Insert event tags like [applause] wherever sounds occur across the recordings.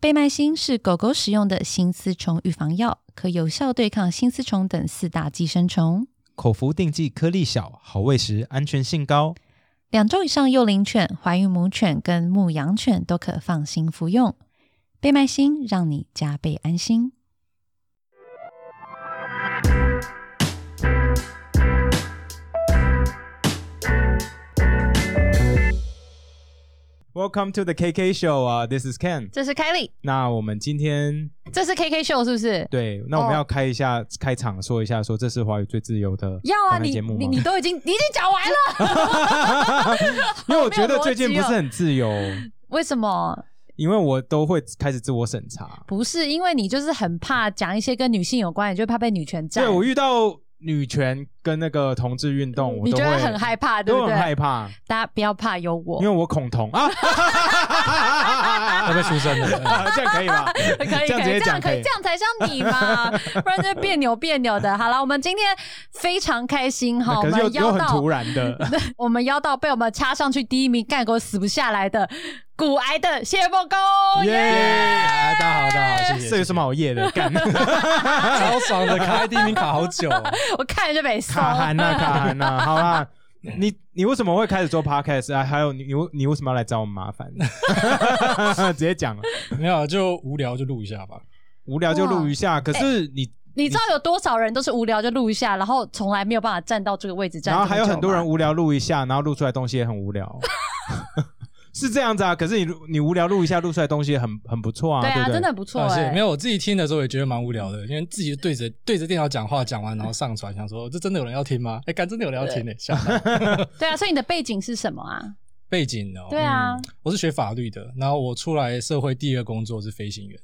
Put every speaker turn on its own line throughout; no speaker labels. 贝麦星是狗狗使用的新丝虫预防药，可有效对抗新丝虫等四大寄生虫。
口服定剂颗粒小，好喂食，安全性高。
两周以上幼龄犬、怀孕母犬跟牧羊犬都可放心服用。贝麦星让你加倍安心。
Welcome to the KK Show 啊、t h i s is Ken。
这是凯莉，
那我们今天
这是 KK 秀是不是？
对，那我们要开一下、开场，说一下，说这是华语最自由的
要啊，
访谈
你
节目
你
吗
你？ [laughs] 都已经你已经讲完了，
[laughs] 因为我觉
没
得
有逻
最近
辑
不
哦
是很自由，
[laughs] 为什么？
因为我都会开始自我审查。
不是因为你就是很怕讲一些跟女性有关，你就怕被女权占，
对我遇到女权跟那个同志运动，我
你
都
觉
会
得很害怕，对哦
都
不
很害
对？
怕，
大家不要怕，有我
因为我恐同
[laughs]
啊， [laughs]
要被出声了。
这样可以吗？
[laughs] 可以，可以，
这样直接
这样
讲
可以，这样才像你
[laughs]
嘛，不然就别扭别扭的。好了，我们今天非常开心哈，我
可是又
们
又
邀
很
到
突然
[laughs]
的，
我们邀到被我们插上去第一名，干狗死不下来的骨癌的谢梦工，哦耶！
啊大家好，大家好，谢谢。
这有什么好夜
[laughs]
的？干
超爽的，卡在第一名卡好久，哦
我看着就被
[laughs] 卡
骚。
韩呐，卡韩呐，好啦。你你为什么会开始做 podcast 啊？还有你你为你为什么要来找我们麻烦？ [laughs] 直接讲了，
没有啊就无聊就录一下吧。
无聊就录一下。可是
哎
你，
你知道有多少人都是无聊就录一下，然后从来没有办法站到这个位置站
然
这么
后
久吗？
还有很多人无聊录一下，然后录出来东西也很
[laughs]
无聊，是这样子啊。可是你你无聊录一下，录出来东西也很很不错啊，
对
对
啊，
不
真
对
的？很不错
而且
哎
没。有我自己听的时候也觉得蛮无聊的，因为自己对着对着电脑讲话，讲完然后上传，想说这真的有人要听吗？哎，干真的有人要听呢，吓到。
对啊，所以你的背景是什么啊？
背景哦，
对啊，
我是学法律的，然后我出来社会第一个工作是飞行员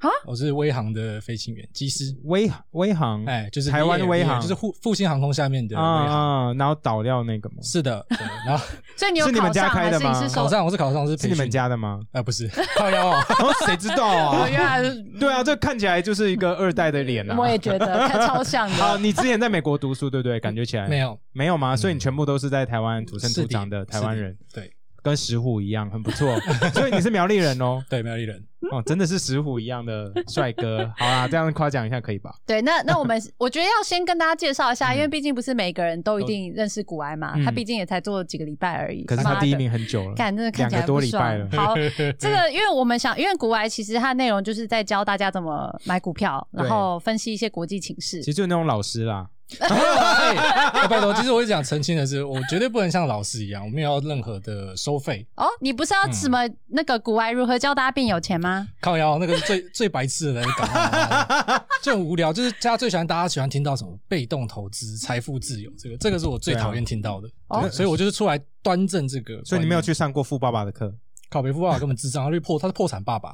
啊
我是威航的飞行员机师，
微微航
哎，就是
台湾
VA
威航
就是复复兴航空下面的
啊
威航，
啊，然后倒掉那个吗？
是的，对
[laughs]
然后
所以你有
是你
考
们家
上
开
还
的
是你
吗
是
考
说？
上我是考上是
是
培
你
训
们家的吗？
啊，不是，靠腰哦，
哦，谁知道
[laughs]
啊
我？原来是
对啊，这看起来就是一个二代的脸
[laughs]
啊。
我也觉
[laughs]
得看超像
好，
的。
你之前在美国读书，对不对？感觉起来
没有
没有吗？所以你全部哎都是在台湾土生
是
土长的台湾人，，
是对
跟石虎一样，很不
[laughs]
错。所以你是苗栗人哦，
对，苗栗人，
哦，真的是石虎一样的帅哥。好啦，这样夸奖一下可以
[laughs]
吧？
对，那那我
[laughs]
们我觉得要先跟大家介绍一下，因为毕竟不是每个人都一定认识古埃嘛，
嗯
他毕竟也才做几个礼拜而已。
可是
妈
他
的
第一名很久了，
干真的看
两
起来
个多
不
礼
爽。
拜了
好，这
[laughs]
个因为我们想，因为股癌其实它的内容就是在教大家怎么买股票，
对
然后分析一些国际情势
其。实就是那种老师啦，
哎拜托，其实我一直想澄清的是，我绝对不能像老师一样，我没有要任何的收费，
哦，你不是
嗯
要什么那个股癌如何教大家变有钱吗？
靠腰那个是最最白痴的人搞的，就很无聊，就是大家最喜欢大家喜欢听到什么被动投资、财富自由，这个这个是我最
对啊
讨厌听到的，
哦
对所以我就是出来端正这个观念，
所以你没有去上过富爸爸的课。
考北富爸爸根本智障，他去破，他是破产爸爸，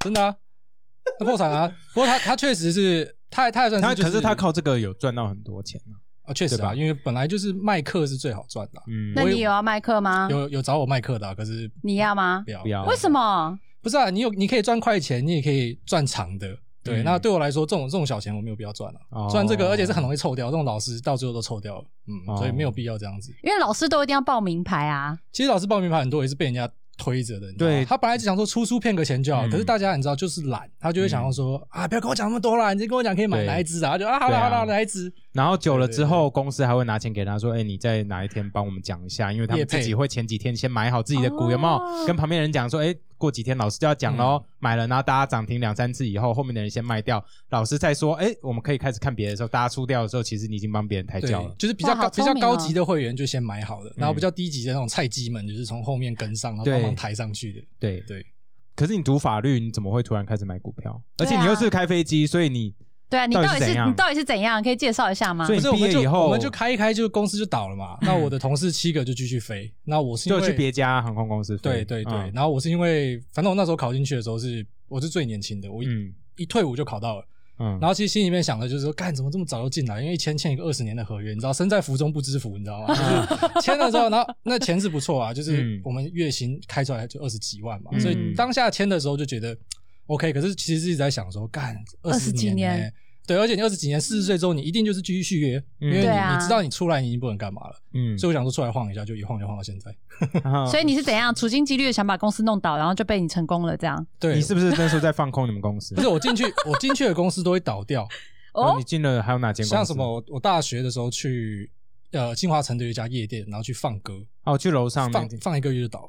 真的啊，他破产啊。不过他他确实是，他他也算
他
是、就
可
是
是他靠这个有赚到很多钱啊
啊，确实
对吧
啊，因为本来就是卖课是最好赚的啊、
嗯，
那
我
你
也
有要卖课吗？
有有找我卖课的、啊，可是
你要吗
不？要
不要啊
为什？么？
不是啊，你有你可以赚快钱，你也可以赚长的。对，
嗯
那对我来说，这种这种小钱我没有必要赚
哦
啊，赚、这个而且是很容易臭掉，这种老师到最后都臭掉了，嗯，
哦
所以没有必要这样子。
因为老师都一定要报名牌啊。
其实老师报名牌很多也是被人家推着的，你知道吗
对
他本来只想说出书骗个钱就好，
嗯
可是大家你知道就是懒，他就会想要说、啊，不要跟我讲那么多啦，你就跟我讲可以买
对
哪一只啊，他就啊好
对
了
啊
好了哪一只，
然后久了之
对
后，公司还会拿钱给他说：“哎、你在哪一天帮我们讲一下？”因为他们
业配哦
自己会前几天先买好自己的股，有没有？跟旁边人讲说：“哎、过几天老师就要讲喽，
嗯
买了，然后大家涨停两三次以后，后面的人先卖掉，老师再说：‘哎、我们可以开始看别的时候，大家出掉的时候，其实你已经帮别人抬
对
轿了。’嗯
就是比较
哇好
高比
聪明哦
较高级的会员就先买好了，然后比较低级的那种菜鸡们就是从后面跟上，然后
对
帮忙抬上去的。
对
对。
可是你读法律，你怎么会突然开始买股票？而
对啊
且你又是开飞机，所以你
对啊，你
到底
到底
是
是
怎样
你到底是怎样？可以介绍一下吗
所？以
可是我们
毕业
就
以后嗯
我们就开一开，就公司就倒了嘛。那我的同事七个就继续飞，那我是因
就
为
去别家航空公司飞。
对对对，
嗯
然后我是因为反正我那时候考进去的时候是我是最年轻的，我一、
嗯
一退伍就考到了。
嗯，
然后其实心里面想的就是说，干怎么这么早就进来？因为一签签一个二十年的合约，你知道身在福中不知福，你知道吗？ [laughs] 就是签了之后，然后那钱是不错啊，就是
嗯
我们月薪开出来就二十几万嘛，
嗯
所以当下签的时候就觉得 OK，可是其实一直在想说，干二
20
十
几
年、
年
欸。对，而且你二十几年、四十岁之后，你一定就是继续续约，
嗯
因为你
对啊
你知道你出来你已经不能干嘛了，
嗯，
所以我想说出来晃一下，就一晃就晃到现在。
所以你是怎样处心积虑的想把公司弄倒，然后就被你成功了这样？
对，
[laughs] 你是不是那时候在放空你们公司
[laughs] 不？是我进去，我进去的公司都会倒掉，
然
哦
后
[laughs]
你，进了还有哪间公司？
像什么？我我大学的时候去呃清华城的一家夜店，然后去放歌，
哦，去楼上那
放
间，
放一个月就倒了。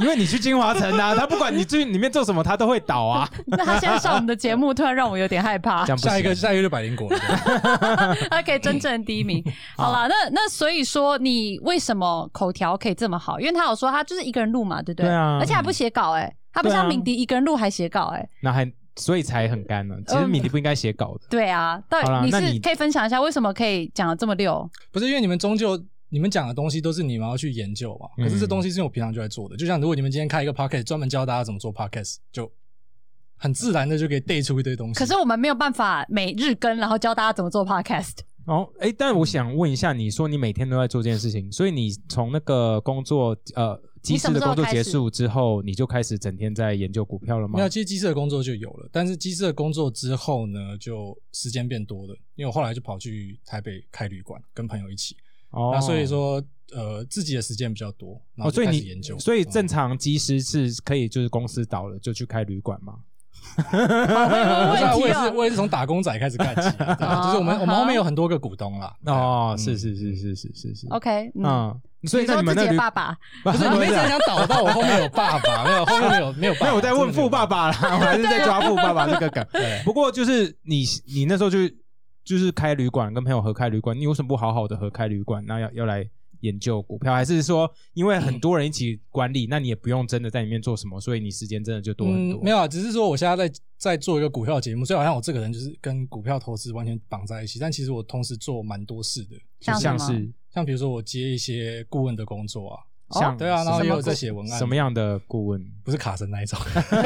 因为你去金华城啊，他不管你去里面做什么，他都会倒啊。
[laughs] 那他现在上我们的节目，突然让我有点害怕
[laughs] 这。样不行
下一个下一个就百灵果了， [laughs] 对
他可以真正第一名。
嗯
[laughs] 好了，那那所以说，你为什么口条可以这么好？因为他有说他就是一个人录嘛，对不对？
对啊
而且还不写稿、欸，哎，他不
对啊
像敏迪一个人录还写稿、欸，哎，
那还所以才很干呢。其
嗯
实敏迪不应该写稿的，
对啊。到
好啦
底
那
是
你
可以分享一下为什么可以讲的这么溜？
不是因为你们终究。你们讲的东西都是你们要去研究嘛，可是这
嗯
东西是我平常就在做的。就像如果你们今天开一个 podcast，专门教大家怎么做 podcast，就很自然的就可以背出一堆东西。
可是我们没有办法每日更，然后教大家怎么做 podcast。
[laughs] 哦，哎，但我想问一下，你说你每天都在做这件事情，所以你从那个工作呃机师的工作结束之后，你就开始整天在研究股票了吗
没有，？其实机师的工作就有了，但是机师的工作之后呢，就时间变多了，因为我后来就跑去台北开旅馆，跟朋友一起，
哦
那所以说呃自己的时间比较多，
哦，
然后
所
就
以
开始
你
研究，
所以正
嗯
常机师是可以就是公司倒了就去开旅馆吗？
好我
[laughs]
有
不是
问题
啊我也是
哦
我也是从打工仔开始干起 [laughs] 的，对
哦
啊就是我们我们
好
后面有很多个股东啦，对啊
哦，
嗯
是是是是是是是。
OK，嗯，
嗯，所以
你
那
说
你们
自
那
己的
旅
爸爸，
[laughs] 不
不 [laughs] 是你们一直
没
很想倒到我后面有爸爸，没有后面没 [laughs] 有没有爸爸，
有我在问富爸
爸，嗯
爸 [laughs] 啦，我还是在抓富爸爸这个梗。
对，
啊 [laughs] 不过就是你你那时候就就是开旅馆，跟朋友合开旅馆，你为什么不好好的合开旅馆？那要要来研究股票，还是说因为很多人一起管理，那你也不用真的在里面做什么，所以你时间真的就多很多？
嗯，没有啊，只是说我现在在在做一个股票节目，所以好像我这个人就是跟股票投资完全绑在一起，但其实我同时做蛮多事的，
就
像
像
什么
是
像比如说我接一些顾问的工作啊，
哦
像
对啊，然后
什
也
么
有在
顾
写文案，
什么样的顾问？
不是卡神那一种， [laughs]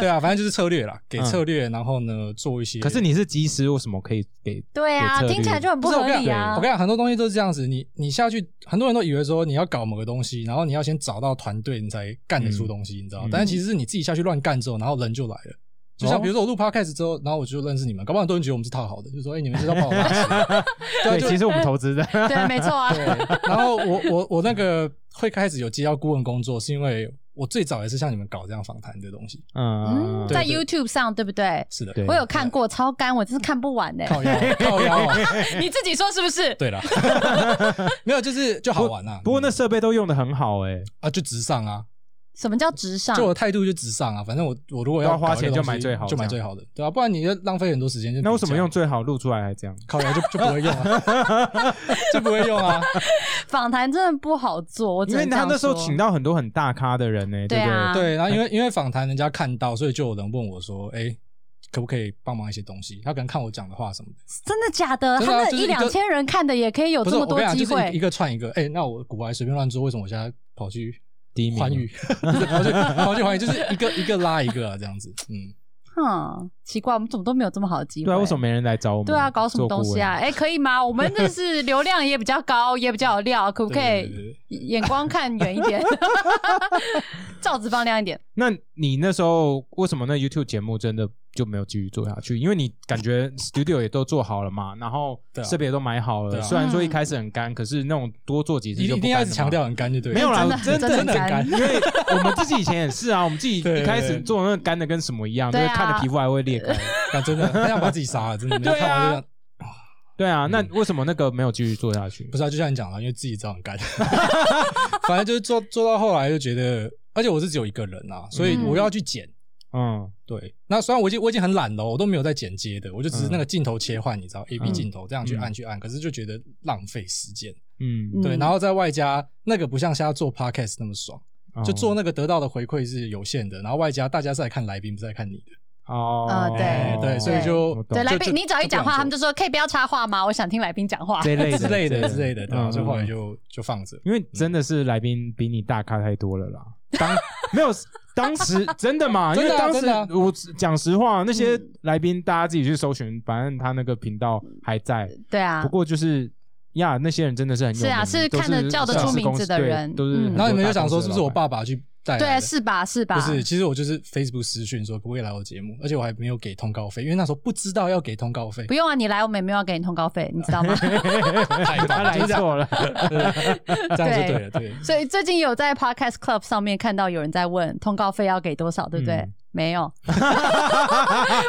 对啊，反正就是策略啦，给策略，然后呢做一些。
可是你是技师，为什么可以给？
对啊，
有策略
听起来就很
不是我
合
跟你
理
讲，
啊
我跟。你讲，很多东西都是这样子，你你下去，很多人都以为说你要搞某个东西，然后你要先找到团队，你才干得出东西，你知道吗
嗯？
但是其实是你自己下去乱干之后，然后人就来了。就像比如说我录 podcast 之后，然后我就认识你们，搞不好很多人觉得我们是套好的，就说哎、你们知道把我拉屎 [laughs]
[laughs]
对啊
对，
就
其实我们投资
[laughs]
的。嗯
对，没错啊，
对，然后我我我那个会开始有接到顾问工作，是因为我最早也是像你们搞这样访谈的东西。
嗯，
嗯，
在
对
YouTube 上对不对？
是的，
对
我有看过，超干，我真是看不完呢。
靠腰靠
[laughs]
腰、哦
你自己说是不是？
对啦， [laughs] 没有就是就好玩啊。
不过那设备都用的很好哎，
啊就直上啊，
什么叫直上？
就我的态度就直上啊，反正我我如果
要
要
花
搞一个
钱就
东西
买最好的
就买
这
最好的，对吧、不然你就浪费很多时间。就
那为什么
比较
用最好录出来还这样？
靠腰就就不会用啊，就不会用啊？
访谈真的不好做，我只
因为
能
他
这样
那时候
说
请到很多很大咖的人呢、
对
对不
啊
对？
对，然后因为因为访谈人家看到，所以就有人问我说，哎、可不可以帮忙一些东西？他可能看我讲的话什么的，
真的假的？
真的
他
啊
那
就是
一
一个
两千人看的也可以有
不
这
是
么
我
多
跟你讲，
机
就是一
会
个一，个串一个。哎、那我古玩随便乱做，为什么我现在跑去
第一名
环宇，不是跑去跑去环宇，就是一个一个拉一个啊，这样子。嗯，
哼，奇怪，我们怎么都没有这么好的机会？
对啊，为什么？没人来找我们？
对啊，搞什么东西啊？？哎，可以吗？我们这
[laughs]
是流量也比较高，也比较有料，可不可
对对
以
对对
眼光看远一点， [laughs] 罩子放亮一点？
那你那时候为什么那 YouTube 节目真的就没有继续做下去？因为你感觉 Studio 也都做好了嘛，然后
对啊
设备也都买好了，
对啊
虽然说一开始很干，可是那种多做几次
一
就
定
不
一定要
干
一直
了
强
嘛
调很干就对了。
没有啦，
真的
我真
真的
很
很干
因为我们自己以前也
[laughs]
是啊，我们自己
对
一开始做那个干的跟什么一样，就
对
是
啊
看着皮肤还会裂开。
[laughs]
啊，真的，很想把自己杀了，真的。没有
对啊
看完就这样，
对啊，那为什么那个没有继续做下去
嗯不？是啊，就像你讲的，因为自己知道很干。 [laughs] 反正就是做做到后来就觉得，而且我是只有一个人啊，所以
嗯
我要去剪。
嗯
对，那虽然我已经我已经很懒了，我都没有在剪接的，我就只是那个镜头切换，你知道
嗯
，A B 镜头这样去
嗯
按去按，可是就觉得浪费时间。
嗯，
嗯
对，然后在外加那个不像现在做 podcast 那么爽，就做
那
那个得到的回馈是有限的，然后外加大家是来看来宾，不是来看你的。
哦
啊对
哎对，所以
我
就
懂
对，来
就
宾
就
你只要一
就不
讲话，
想
他们就说可以不要插话吗？我想听来宾讲话。
[laughs] 这一类的
之类的之类的，对啊，
嗯
所以后来
嗯
就嗯就放着。
因为真的是来宾比你大咖太多了啦。当没有当时真的嘛？因为
真的啊
当时
真的啊嗯
我讲实话，那些来宾大家自己去搜寻，反正他那个频道还在。
对啊
不，过就是呀，那些人真的是很有名
是啊是
都
看得叫得
上市
出名
公
字
司
的
对
人
都
嗯
是很多
然后你们就
大
想
公司的
说，是不是我
老板？
爸爸去带
对
来
啊，
的。
是吧？是吧？
不是，其实哎我就是 Facebook 私讯说可不可以来我节目，而且我还没有给通告费，因为那时候不知道要给通
[laughs]
告费
不。用啊，你来我们也没有要给你通告费，你知道吗？
太
他
棒了，
来
就是这样，
错了， [laughs]
这样就对了，对。
所以最近有在 Podcast Club 上面看到有人在问通告费要给多少，对不对？
嗯
没有，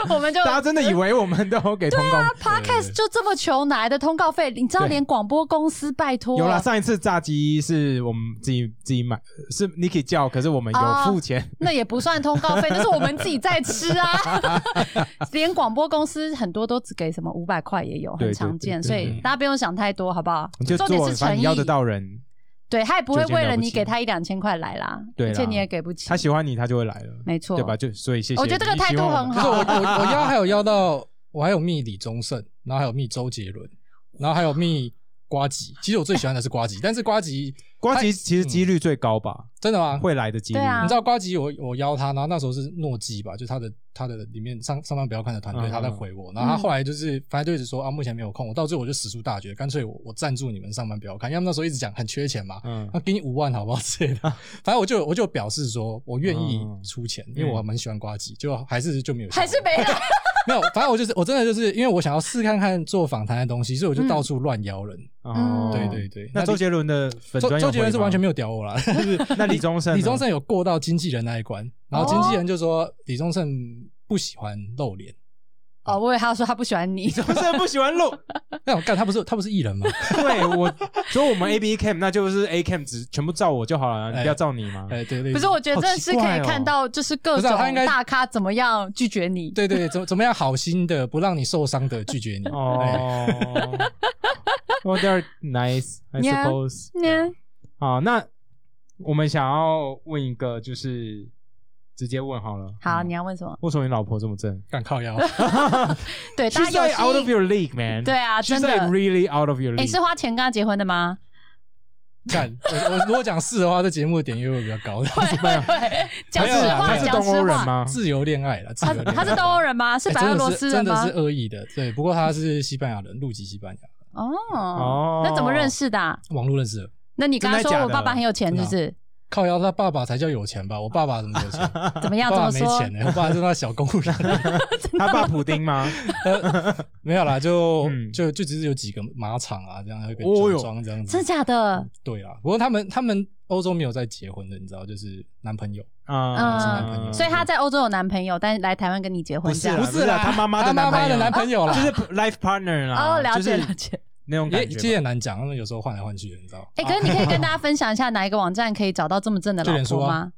我们就
大家真的以为我们都给通
啊
告。
Podcast 就这么求哪来的通告费？你知道
对
连广播公司拜托啊
有啦，上一次炸鸡是我们自己自己买，是 Niki 叫，可是我们
哦
有付钱。
那也不算通告费，那是我们自己在吃啊。 [laughs] 连广播公司很多都只给什么五百块也有，
对
很常见，
对
所
对对
以大家不用想太多，好不好
你？就
重点
做
是，诚
反正你
意
要，得到人，
对他也不会
就已经
为
了
了
不
你
起
给他一两千块来啦，
对啦
而且你也给不起
他，喜欢你，他就会来了，
没错，
对吧？？就所以谢谢。
我觉得这个态度很
就是
好，
我我我邀还有邀到，我还有密李宗盛，然后还有密周杰伦，然后还有密瓜吉。其实我最喜欢的是瓜吉，但是瓜吉
瓜
哎
吉其实
嗯
几率最高吧，
真的吗？
会来的几率。
对啊
你知道瓜吉我我邀他，然后那时候是诺基吧，就他的他的里面上上班不要看的团队，
嗯
他在回我，然后他后来就是反正就一直说啊目前没有空，我到最后我就死出大绝，干脆我我赞助你们上班不要看，要么那时候一直讲很缺钱嘛，
嗯
那给你五万好不 [laughs] 好之类的，反正我就我就表示说我愿意
嗯
出钱，因为我蛮喜欢瓜吉，就还是就没有效果
[laughs] 还是没来。
没有，反正我就是我真的就是因为我想要试看看做访谈的东西，所以我
嗯
就到处乱邀人。
哦，
对对对，
那周杰伦的粉
周
专
周杰伦是完全
没
没有屌
[laughs]
我啦，
有。那李宗盛，[laughs]
李宗，盛有过到经纪人那一关，然
哦
后经纪人就说李宗盛不喜欢露脸。
哦，我以为他说他不喜欢你
李，宗盛不喜欢露。
那我干他不是他不是艺人吗？
对我，所以我们 A B Cam 那就是 A Cam 只全部照我就好了，你
哎
不要照你嘛。
哎，对对，
不是，我觉得真的是可以看到，就是各
不是
种
啊他应该
大咖怎么样拒绝你。
对对对，怎么怎么样好心的不让你受伤的拒绝你。哎，
哦。Well, they're nice, I
Yeah.
suppose.
嗯
好，那我们想要问一个，就是直接问好了。
好，
嗯
你要问什么？
为什么你老婆这么正
敢靠
[laughs]
腰，
对，大
？She's
家有
like out
吸引。
of your league, man.
对啊，
She's
真的
like。really out of your
哎，是
league.
花钱跟他结婚的吗？
干我 [laughs] 我如果讲是的话，这节目的点阅会比较高。
会会会，讲
没有
实
啦
话，
她是
讲
东欧
实
人
话。
吗？
[laughs] 自由恋爱了，自
他
由恋爱。
他是东欧人吗？是
[laughs] 哎
白俄罗斯人吗
真的？是真的是恶意的，对。不过他是西班牙人，入籍西班牙，
哦，
哦，
那怎么认？识的啊？
网络认识的。
那你刚刚
真的假
说
的
我爸爸很有钱，是不是？
靠腰，他爸爸才叫有钱吧？我爸爸怎么有钱？
[laughs]
啊我
怎么样？
爸
怎
爸
么
没
说？
钱呢、我爸是那小公务员。
[laughs]
他爸普丁吗？
没有啦，就、
嗯
就就只是有几个马场啊，这样有一个
哦哟
酒庄这样子。
真的假的？
对啦，不过他们他们欧洲没有在结婚的，你知道，就是男朋友。
啊，
嗯，所以他在欧洲有男朋友，但是来台湾跟你结婚
不是
这
啦
样。
不是啦，他妈妈
他
的
妈妈
男
的
朋友啊
男朋友啦，
就是 life partner
啊
啦，
哦，了解
就是
了
[laughs]
解。
那种
也
感
其实
觉吧。
也难讲，他们有时候换来换去的，你知道。
哎，可是你可以跟大家分享一下哪一个网站可以找到这么正的
[laughs] 就
老
脸书
婆
啊
吗？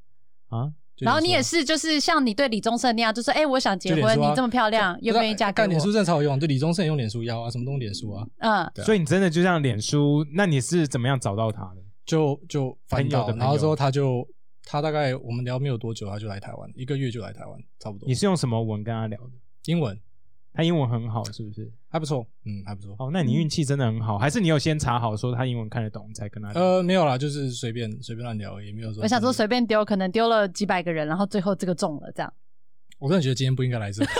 啊，
就
然后你也
说
是，就是像你对李宗盛那样，就说：“哎、我想结
就
婚，
脸书啊
你这么漂亮，愿不愿意嫁给
干
我
脸书真的超有用，对李宗盛也用脸书邀啊，什么都用脸书啊，？”
嗯，
对啊
所以你真的就像脸书，那你是怎么样找到他的？
就就翻
朋友的
到，
朋友
然后之后他就他大概我们聊没有多久，他就来台湾，一个月就来台湾，差不多
你。是用什么文跟他聊的？
英文
他英文很好，是不是？
还不错，嗯，还不错。
哦，那你运气真的很好，还是你有先查好说他英文看得懂你才跟他聊？
呃，没有啦，就是随便随便乱聊，也没有说。
我想说随，便丢，可能丢了几百个人，然后最后这个中了，这样
我真的觉得今天不应该来这。
[laughs]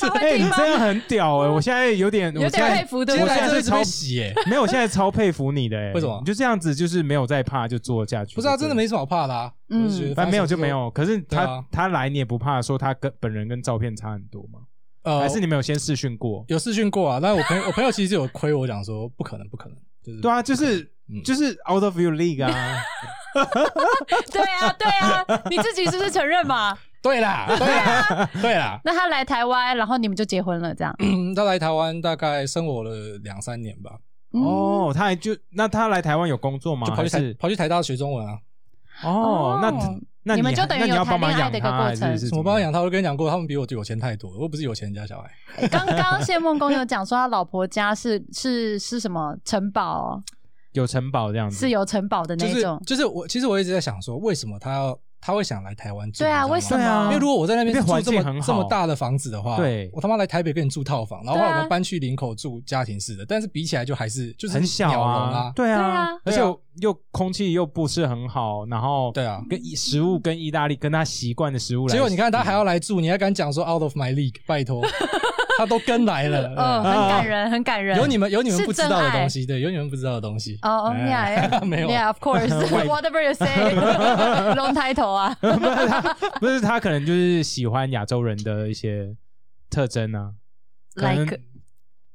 他
哎、
会听
你
吗？
这样很屌哎、我现在有点，
嗯有
我现
点
在
佩服，
今
对
天
不
我现
来
在
对？
是
这里就被
超
洗耶，
没有，我现在超佩服你的哎、
为什么
你就这样子，就是没有在怕就做下去。
不是啊，真的
对
没什么好怕的啊。
嗯
我觉得
对。反正没有就没
发生
有，可是他、
对啊
他来你也不怕说他跟本人跟照片差很多吗？
这种。呃，
还是你们有先试训过？
有试训过啊？但我朋友我朋友其实有亏我讲说不可能不可能，就是
对啊，就是
嗯
就是 out of your league 啊，
对啊，对啊，你自己是不是承认嘛？
对啦对啦对啦。
[laughs] 那他来台湾，然后你们就结婚了，这样？
嗯他来台湾大概生活了两三年吧，
[laughs] 嗯、
哦，他还就那他来台湾有工作吗？
就跑
哦还
去台
是
跑去台大学中文啊。
哦
哦，
那那
你们就
还
等于
那你
有
要
谈
帮忙
恋爱
养
的一个
他
过
还是
程
是
什
怎
么
么
帮他
样？
养他？我跟你讲过，他们比我有钱太多了，我不是有钱人家小孩。
刚刚谢梦工有讲说，他老婆家是是是什么城堡、哦，
有城堡这样子
是有城堡的那
嗯就
一
是
种。
就是我，其实我一直在想说，为什么他要他会想来台湾住？
对啊，
你知道吗
为什么？
对啊
因为如果我在那边
那边
住
环
这
境很
么
好
这么大的房子的话，
对
我他妈来台北跟你住套房，然后
对啊
后来我们搬去林口住家庭式的，但是比起来就还是就是
很小
鸟笼
啊
啊，，
对
对啊
而且又空气又不是很好，然后
对啊
跟食物跟意大利跟他习惯的食物来，
[laughs]
结果你看他还要来住，你还敢讲说 out of my league？拜托，他都跟来了。
嗯，
嗯
很感人，很感人。
有你们有你们
是
不知道的
真爱
东西，对，有你们不知道的东西。
哦、哦 yeah，
哎 [laughs] 没有
yeah，of
Why？
course，whatever you
[laughs]
say，long title 啊，
[laughs] 不是他，不是他，可能就是喜欢亚洲人的一些特征啊。可能
Like-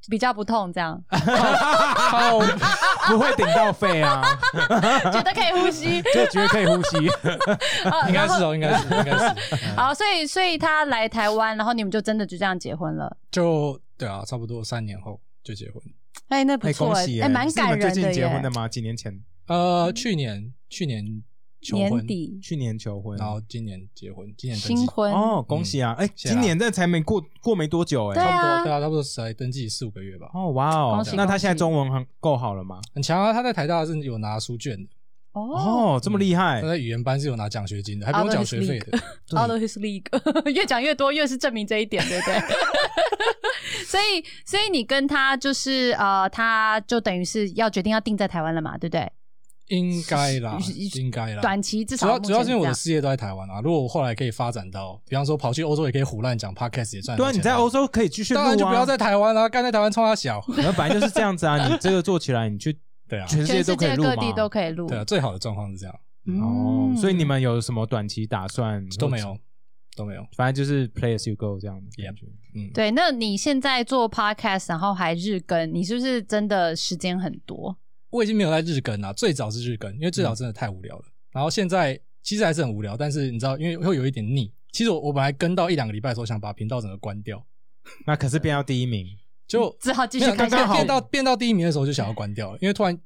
比较不痛这
[laughs]
样，
好，
不会顶到肺啊，
[laughs] 觉得可以呼吸。
就觉得可以呼吸。
[laughs] 啊
应该
然
是
后
哦，应该是，应该是。嗯
好，哦所以所以他来台湾，然后你们就真的就这样结婚了。
就对啊，差不多三年后就结婚。
哎、那不
哎，
错
恭
哎、
喜！
哎蛮、
是你
感
们
人
最近结
耶。
婚的吗？几年前，
呃，去年去年
嗯
求
年
婚，
底
去年求婚，
然后今年结婚，今年登
新
记。
婚
哦，恭喜啊！哎，
谢啦
今年这才没过过没多久，
对
哎，
啊
差不多，对啊，差不多才登记四五个月吧。
哦，哇哦
恭，喜
那他现在
恭喜
中文很够好了吗？
很强啊，他在台大是有拿书卷的，
哦
哦，这么厉害
他，在语言班是有拿奖学金的，还不
Out of
用缴
his
学费的。
对
o u t of his league，越 [laughs] 讲越多，越是证明这一点，对不 [laughs] 对？所以所以你跟他就是呃，他就等于是要决定要定在台湾了嘛，对不对？
应
[laughs]
该啦
是是，
应
啊
该啦。
短期至
主
少
要
目
主要
前
是因为我的
这样
事业都在台湾啊，如果我后来可以发展到，比方说跑去欧洲也可以胡乱讲 podcast 也
哎
赚到
对啊，
钱。
你在欧洲可以继续录
当然
啊，
就不要在台湾
[laughs]
啦，干在台湾冲他小。
然后反正就是这样子
[laughs]
啊，你这个做起来，你去
对啊，
全世
全
界都
世
可以
界
录嘛
各地都可以录。嗯
对啊，最好的状况是这样，
哦，所以你们有什么短期打算
都没，有都没有。
反正就是 play as you go 这样的感觉。
嗯，
对，那你现在做 podcast，然后还日更，你是不是真的时间很多？
我已经没有在日更啦，最早是日更，因为最
嗯
早真的太无聊了。然后现在其实还是很无聊，但是你知道，因为会有一点腻。其实我我本来跟到一两个礼拜的时候，想把频道整个关掉，
那可是变到第一名，
就
只嗯好继
没
续
有
看
刚
下去。
刚变到变到第一名的时候就想要关掉了，因为
[laughs]
突然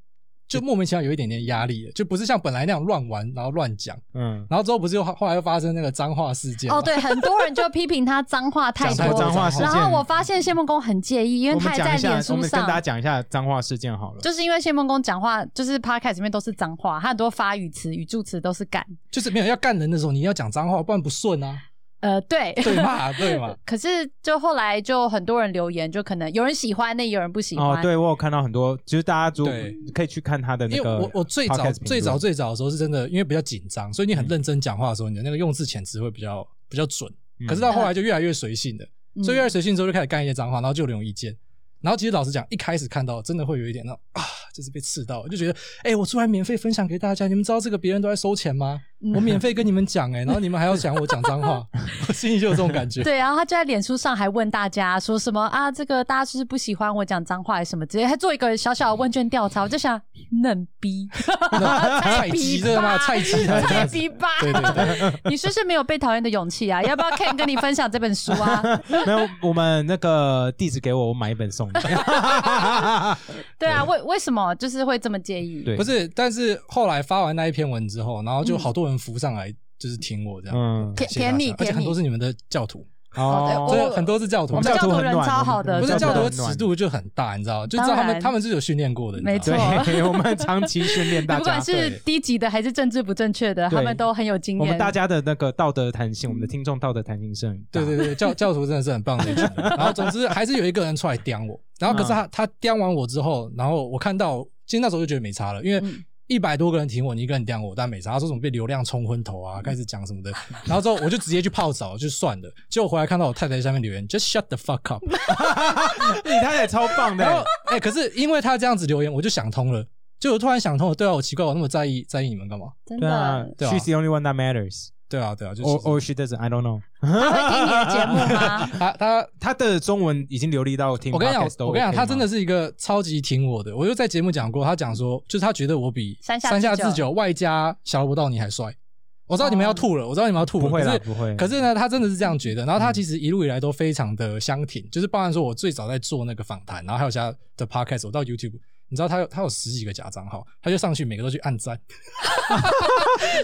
就莫名其妙有一点点压力了，就不是像本来那样乱玩然后乱讲，
嗯，
然后之后不是又后来又发生那个脏话事件嘛
哦，，对，很多人就批评他脏话太
讲太
多了
多
脏话事件
然后我发现谢梦工很介意，因为
我们
他也
讲
在
一下
脸，
我
书
们跟大家
上，
讲一下脏话事件好了。
就是因为谢梦工讲话，就是 podcast 里面都是脏话，他很多发语词、语助词都是干。
就是没有要干人的时候，你要讲脏话，不然不
[laughs]
顺啊，
呃，对。 [laughs]
对嘛对嘛。
可是就后来就很多人留言，就可能有人喜欢，那也有人不喜欢。
哦，对我有看到很多，就是大家如
对
可以去看他的那
因为
个 podcast 评论。
我我最早最早最早的时候是真的，因为比较紧张，所以你很认真讲话的时候，你的那个用字遣词会比较比较准。
嗯
可是到后来就越来越随性的，
嗯
所以越来越随性之后就开始干一些脏话，然后就有人有意见。然后其实老实讲，一开始看到真的会有一点那种啊，就是被刺到，就觉得哎、我出来免费分享给大家，你们知道这个别人都在收钱吗？
嗯 [laughs]
我免费跟你们讲哎、然后你们还要讲我讲脏话，我心里就有这种感觉。
对，然后啊他就在脸书上还问大家说什么啊，这个大家就是不喜欢我讲脏话什么之类，还做一个小小的问卷调查，我就想嫩
[laughs]
逼， [laughs]
菜鸡这个嘛，菜鸡他这
菜
样子，
逼吧，
对对对，
[laughs] 你是不是没有被讨厌的勇气啊？要不要 Ken 跟你分享这本书啊？
[laughs] 没有，我们那个地址给我，我买一本
[laughs]
送你。
对啊，为为什么就是会这么介意？
对
不是，但是后来发完那一篇文之后，然后就好多人浮上来，就是听我这样，
嗯，
舔
谢谢大家
舔你
而且
舔
很
你
多是你们的教徒，
哦
哦，
真的很多是教徒，
我们
教
教
徒
徒
很
人
暖
超好的，
不是
教
教
徒
徒的
很暖
尺度就很大，你知道，就知道
当
他
然
们他们是有训练过的，你知道
没错
[laughs] 对，
[laughs]
我们长期训练大
不管
家，
是
对
低级的还是政治不正确的，
对
他们都很有经
我
验。
们大家的那个道德弹性，我们的听众道德弹性是很大
嗯对对对，教教徒真的是很棒的一群人。然后总之还是有一个人出来刁我，然后可是他、他刁完我之后，然后我看到，其实那时候就觉得没差了，因为
嗯
一百多个人挺我，你一个人刁我，但没差。他说什么被流量冲昏头啊，开始讲什么的，然后之后我就直接去泡澡就算了。结果回来看到我太太在下面留言，just shut the fuck up。
你 [laughs] 太太超棒
然后
的，欸
哎、可是因为他这样子留言，我就想通了，就我突然想通了，对啊，我奇怪，我那么在意在意你们干嘛？
真
对啊
的，
对啊
，She's the only one that matters。
对啊，对啊，就
Or
其实
or she doesn't, I don't know。
他会听你的节目吗？
他他
他的中文已经流利到听 podcast 都 OK 吗。
我跟你讲，我跟你讲，他真的
是
是一个超级挺我的。我就在节目讲过，他讲说，就是他觉得我比
山下
山下
智久
智久外加小萝卜道你还帅。我知道你们
哦
要吐了，我知道你们要吐了，
不会嗯
可
啦
是
不会
可是呢，他真的是这样觉得。然后他其实一路以来都非常的相挺，就是包含说我最早在做那个访谈，然后还有其他的 podcast，我到 YouTube。你知道他有他有十几个假账号，他就上去每个都去按
[laughs]
赞。 [laughs]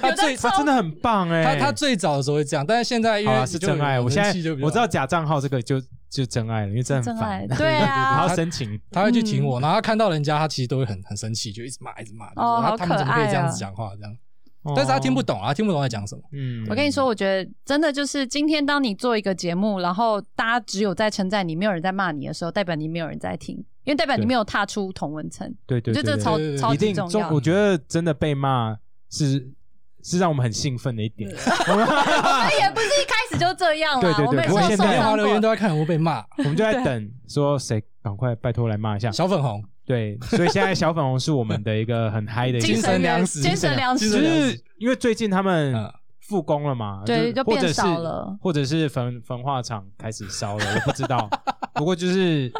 他最
他真的很棒哎，
他他最早的时候会这样，但是现在因
好啊
为
是真爱。我现在我知道假账号这个就就真爱了，因为真的
真
[laughs] 很
爱，
烦。
对
然
啊
后，申请，
他会去挺
嗯
我，然后他看到人家，他其实都会很很生气，就一直骂，一直骂，就
哦
说
好
他他们怎么
可
可
爱
以这样
啊
子讲话这样？但是他听不
懂。
懂啊，他听不懂在讲什么。
哦嗯
我跟你说，我觉得真的就是今天，当你做一个节目，然后大家只有在称赞你，没有人在骂你的时候，代表你没有人在听，因为代表你
对
没有踏出同文层。
对对
我
对
觉得这
对
超
对对对
超
一
级
定
重
中
要
我。觉得真的被骂是是让我们很兴奋的一点。
我们也不是一开始就这样
对
了
对，对啊
我们也
不
是
过
有
现
受
在
每天
伤
滑留言
过。
都在看，我被骂。
[laughs] 我们就在等说谁赶快拜托来骂一下。
小粉红，
对，所以现在小粉红是我们的一个很嗨的一
精
个，
神
粮
粮
食，
精神粮食
就
精神
是因为最近他们
嗯
复工了嘛，
对
就
就
或
变
者是
少了
或者是焚焚化厂开始烧了，我不知道。不过就是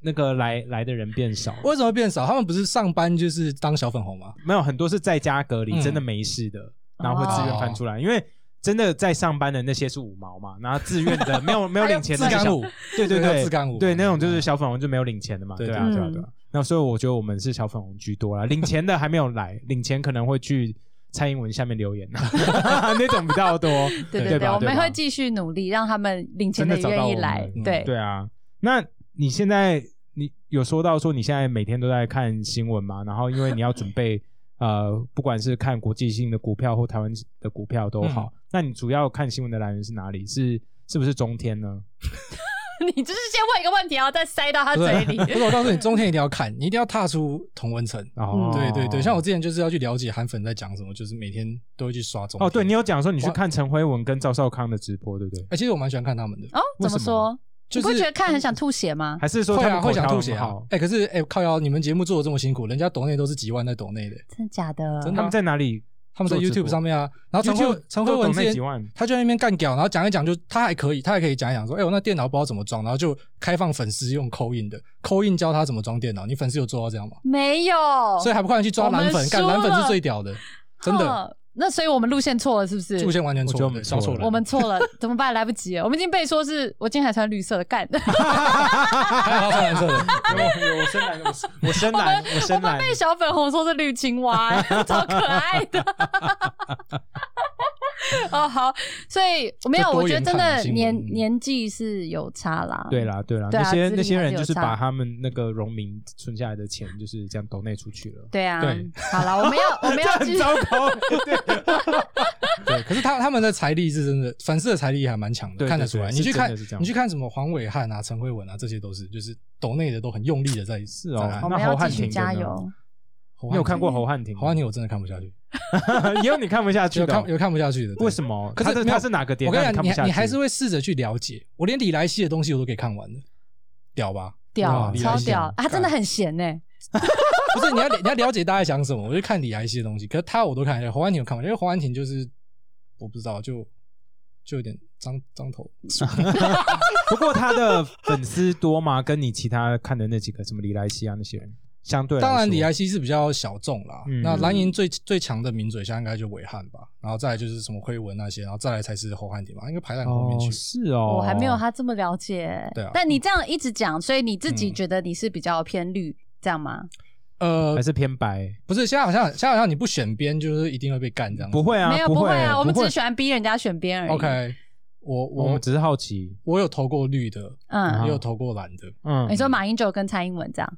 那个来来的人变少了，
为什么变少？他们不是上班就是当小粉红吗？
没有很多是在家隔离，
嗯
真的没事的，然后会自愿翻出来，因为。真的在上班的那些是五毛嘛，然后自愿的没有没有领钱的
自
是小
干五，
对对
对
对，
自干五
对那种就是小粉红就没有领钱的嘛，
对
对啊
对
对啊对啊。那所以我觉得我们是小粉红居多啦，领钱的还没有来，领钱可能会去蔡英文下面留言，啊 [laughs] 那种比较多，
[laughs] 对
对
对，
吧
我们
吧
会继续努力，让他们领钱的
真的
也
找
愿
到
意
我们
来
嗯。
对，
对啊，那你现在你有说到说你现在每天都在看新闻嘛？然后因为你要准备呃，不管是看国际性的股票或台湾的股票都好，
嗯
那你主要看新闻的来源是哪里？是是不是中天呢？
[laughs] 你就是先问一个问题，然后再塞到他
不是
嘴里。
不是， [laughs] 我告诉你，中天一定要看，你一定要踏出同温层。
哦，
嗯对对对，像我之前就是要去了解韩粉在讲什么，就是每天都会去刷中天。
哦，对你有讲说你去看陈辉文跟赵少康的直播，对不对？
哎，其实我蛮喜欢看他们的，
哦，怎么说？
就
你
是
不会觉得看很想吐血吗？
还是说
会
他
啊
们
会想
口条
吐血
很
啊
好。？
哎，可是哎，靠腰，你们节目做的这么辛苦，人家抖内都是几万在抖内的，
真的假的？
真的
他们在哪里？
他们在
做直
YouTube
播
上面啊。然后陈辉
YouTube
陈辉
都
文
抖
之
内几万
前他就在那边干屌，然后讲一讲就他还可以，他还可以讲一讲说，哎，我那电脑不知道怎么装，然后就开放粉丝用扣印的，扣印教他怎么装电脑。你粉丝有做到这样吗？
没有，
所以还不快去抓蓝
我
粉，
们
干
输
蓝粉是
了
最屌的，真的，
哼。哦那所以我们路线错了，是不是？
路线完全
我觉得我
错了，
们
对搞
错
错
了
[laughs] 了，
我们错了，怎么办？来不及了，我们已经被说是我今天还穿绿色的，干，
还好他穿蓝色的，
[laughs] 有有深蓝，我我深蓝，我
我
[laughs]
深
们
蓝。
被小粉红说是绿青蛙，超可爱
[laughs]
的。哦，好，所以没有，
就多
我觉得
元
真
看
的
新闻
年年纪是有差啦。
对，啦，对啦，
对啊
那些
资历
那些
还是
人
有
就是
差
把他们那个农民存下来的钱，就是这样抖内出去
[laughs]
了。
对啊
对，
好啦，我们要我
[laughs]
们要
很
去，
糟糕，
[laughs] 啊
对。可是他他们的财力是真的，粉丝的财力还蛮强的，
对
看得出来。
对对
你去
是
看
真的是这，样
你去看什么黄伟汉啊、陈慧文啊，这些都是就是抖内的都很用力的在
是哦
我
在
们
那
要
侯汉
继续
廷的
加
呢
油。
侯汉廷
你有看过侯汉廷吗？
侯汉廷，我真的看不下去，
[laughs] 也有你看不下去
有
的哦
看，有看不下去的。对
为什？么？
可
他
是
是
没有
他是哪个点
我跟
让
你
看不
讲，你
下
还
去？
你还是会试着去了解。我连李来希的东西我都可以看完的，屌吧？ [laughs] 哇
屌，
李
超
来希
屌！啊他真的
干
很闲呢，
不是你要你要了解大家想什么，我就看李莱希的东西。可是他我都看一下，哎侯安婷有看完，因为侯安婷就是我不知道，就就有点脏
[laughs]
脏头。
不过他的粉丝多吗？跟你其他看的那几个什么李莱希啊那些人相对来说，
当然李莱希是比较小众啦。
嗯
那蓝营最最强的名嘴现在应该就伟汉吧，然后再来就是什么辉文那些，然后再来才是侯汉廷吧，应该排在后面
哦
去。
是哦，
我还没有他这么了解。
对啊
但你这样一直讲，所以你自己
嗯
觉得你是比较偏绿，这样吗？
呃
还，是偏白，
不是，现在好像现在好像你不选边就是一定会被干这样子。
不会啊，
没有，
会
会啊，我们
不
只
会
是喜欢逼人家选边而已。
，OK，我
我
我
们只是好奇，
我有投过绿的，
嗯
啊
也，有投过蓝的，
嗯，
你说马英九跟蔡英文这样？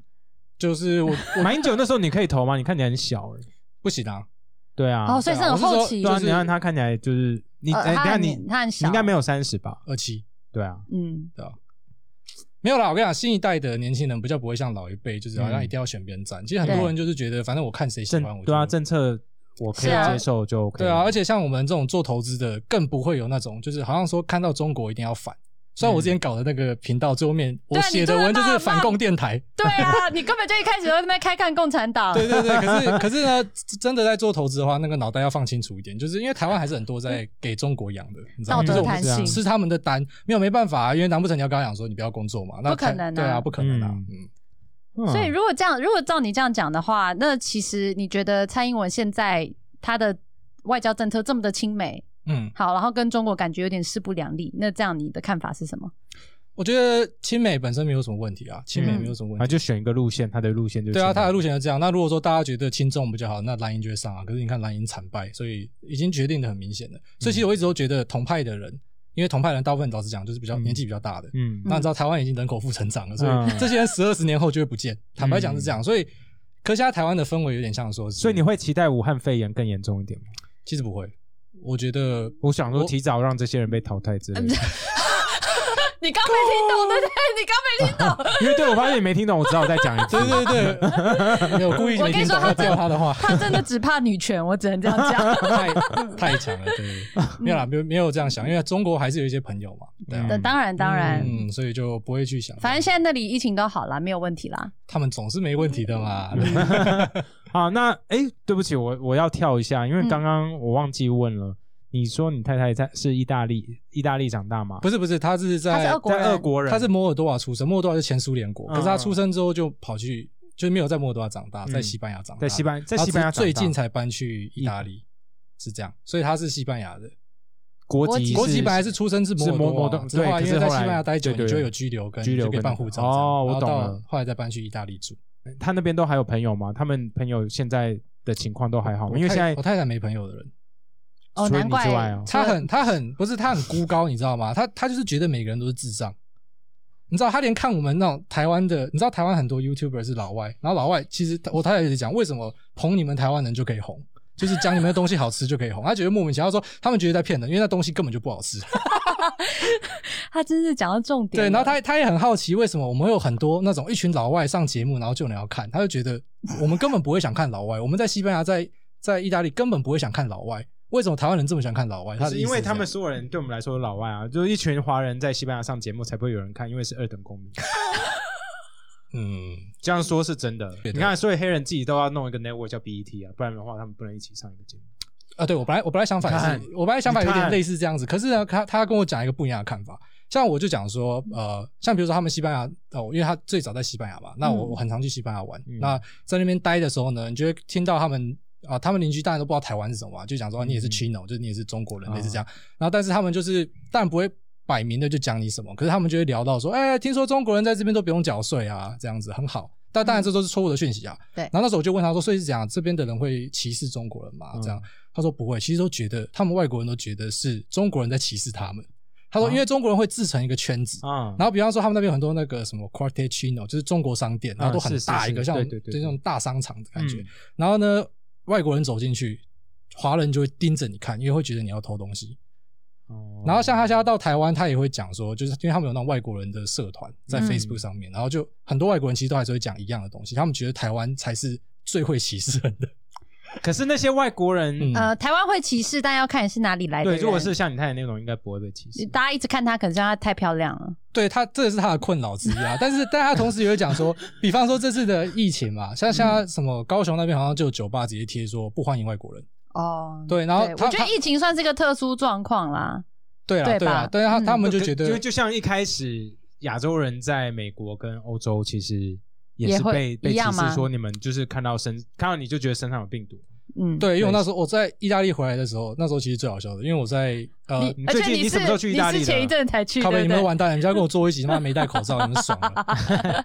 就是我
马英九那时候你可以投吗？你看起来很小哎，
不行啊，
对啊，
哦，所以是
对
很
啊我是说
好奇
对，啊，
就是
你看他看起来就是你，
呃
哎，
他
等下
很
你
年他很
你应该
小
没有三十吧？
二七。
对啊，
嗯，
没有啦，我跟你讲，新一代的年轻人比较不会像老一辈，就是好像
嗯
一定要选边站。其实很多人就是觉得，反正我看谁喜
政
欢我就
对啊政策我可
是
以
啊
接受就 OK，
对啊，而
且
且像我们这种做投资的，更不会有那种就是好像说看到中国一定要反。虽然我之前搞的那个频道最后面，我
对
写的
你
文就
就是是
反
骂
共电台，
对啊，你根本就一开始就在那边开干共产党。
对对对。可是可是呢，真的在做投资的话，那个脑袋要放清楚一点，就是因为台湾还是很多在给中国养的，你知道吗？
道
就是
德
我们
弹
是啊
性，
吃他们的单，没有没办法、啊，因为难不成你要跟他讲说你不要工作嘛？那
不可
台
能啊
对啊，不可能啊，
嗯
嗯，
所以如果这样，如果照你这样讲的话，那其实你觉得蔡英文现在他的外交政策这么的亲美，
嗯，
好，然后跟中国感觉有点势不两立，那这样你的看法是什么？
我觉得亲美本身没有什么问题啊，亲美没有什么问题。
啊就选一个路线，他的路线就是
对啊，他的路线就这样。那如果说大家觉得轻重比较好，那蓝营就会上啊。可是你看蓝营惨败，所以已经决定的很明显了。所以其实我一直都觉得同派的人，因为同派人大部分老实讲就是比较
嗯
年纪比较大的。
嗯
那你知道台湾已经人口负成长了，所
嗯
以这些人十二十年后就会不见。坦白讲是这样，所以可是现在台湾的氛围有点像说是，
所以你会期待武汉肺炎更严重一点吗？[laughs]
其实不会，我觉得
[laughs]
我想说提早让这些人被淘汰之类的，
你刚没听懂，对对，你刚没听懂。
因为对我发现你没听懂，我只好再讲一次。
[laughs] 对对 [laughs] 对，没有故意没听懂，要掉他的
[laughs]
话，
[laughs] 他真的只怕女权，我只能这样 [laughs] 讲。
太太强了，对，
嗯
没有啦，没有没有这样想，因为中国还是有一些朋友嘛，对啊，
嗯
对，当然当然，
嗯，所以就不会去想，
反正现在那里疫情都好了，没有问题啦。
他们总是没问题的嘛，对
[laughs]
嗯
好，那哎、诶对不起，我我要跳一下，因为刚刚我忘记问了，你说你太太在是意大利，意大利长大吗？
[laughs] 不是不是，他是
他是
在
俄国
在
人，
俄国人，
他是摩尔多瓦出生，摩尔多瓦是前苏联
嗯
国，可是他出生之后就跑去，就是没有在摩尔多瓦长大，在西班牙长大，
嗯在西班在
然后
西班牙长大
最近才搬去意大利，是这样，所以他是西班牙的。
国籍
国籍
是
本来是出生自摩
是摩
尔
摩
多
多
瓦，之
对
后来啊
可
因
是
为在
后
西
来
班牙待久，
对对
你就有居留跟
居留
就可以
跟
办护照这样。
哦我
然后
懂
到
了
后来再搬去意大利住，
他那边都还有朋友吗？他们朋友现在的情况都还好吗？因为
我太
现在
我太太没朋友的人，
哦，
除了
难
你
怪
之外哦
他很他很不是他很孤高，你知道吗？他他就是觉得每个人都是智障。你知道他连看我们那种台湾的，你知道台湾很多 YouTuber 是老外，然后老外其实我太太也是讲，为什么捧你们台湾人就可以红，就是讲你们的东西好吃就可以红，他觉得莫名其妙说他们觉得在骗人，因为那东西根本就不好吃。
他真是讲到重点
对，
了。
然后他他也很好奇，为什么我们会有很多那种一群老外上节目，然后就能要看，他就觉得我们根本不会想看老外，我们在西班牙在在意大利根本不会想看老外，为什么台湾人这么想看老外？他的
是
意
因
思
为
是
他
这
们
样
所有人对我们来说老外啊，就是一群华人在西班牙上节目才不会有人看，因为是二等公
[laughs]
民。
嗯，
这样说是真的。
对的
你看，所以黑人自己都要弄一个 network 叫 BET 啊，不然的话他们不能一起上一个节目。
啊，对我本来我本来想法
你
是，我本来想法有
你
点
看
类似这样子，可是呢，他他跟我讲一个不一样的看法。像我就讲说，呃，像比如说他们西班牙，哦，因为他最早在西班牙嘛，那我、
嗯
我很常去西班牙玩，
嗯
那在那边待的时候呢，你就会听到他们啊、他们邻居当然都不知道台湾是什么、啊，就讲说、你也是
嗯
Chino，就是你也是中国人，
啊
类似这样。然后但是他们就是当然不会摆明的就讲你什么，可是他们就会聊到说，哎、听说中国人在这边都不用缴税啊，这样子很好。但
嗯
当然这都是错误的讯息啊。
对
然后那时候我就问他说，所以是讲这边的人会歧视中国人吗？
嗯
这样。他说不会，其实都觉得他们外国人都觉得是中国人在歧视他们。他说，
啊
因为中国人会自成一个圈子，
啊，
然后比方说他们那边有很多那个什么 Quartechino，就是中国商店，然后都很
啊是是
大
是
一个，像
对对对
就那种大商场的感觉
嗯。
然后呢，外国人走进去，华人就会盯着你看，因为会觉得你要偷东西。
哦
然后像他现在到台湾，他也会讲说，就是因为他们有那种外国人的社团在
嗯
Facebook 上面，然后就很多外国人其实都还是会讲一样的东西，他们觉得台湾才是最会歧视人的。
可是那些外国人，
嗯
呃，台湾会歧视，但要看你是哪里来的
对，
人。
如果是像你太太那种，应该不会被歧视。
大家一直看她，可能是因为她太漂亮了。
对他，这也是他的困扰之一啊。 [laughs] 但是，但他同时也会讲说，比方说这次的疫情嘛，像
嗯
像什么高雄那边好像就有酒吧直接贴说不欢迎外国人。
哦，
对，然后
对，
他
我觉得疫情算是个特殊状况啦。
对
对
啦，对啊
吧
啦，但是他
嗯
他们就
可
觉
就
得，
就像一开始亚洲人在美国跟欧洲其实
也
也是
会
被被
一
歧
样吗
视，说你们就是看到身看到你就觉得身上有病毒。
嗯，，
对，因为我那时候我在意大利回来的时候，那时候其实最好笑的，因为我在呃，
你
而且
最近
你
你
是
什么时候去意大利
你
的
是前一阵才去，
靠
对不
北你们
对？
完蛋了，你就要跟我坐一起，他妈没戴口罩，你们爽了。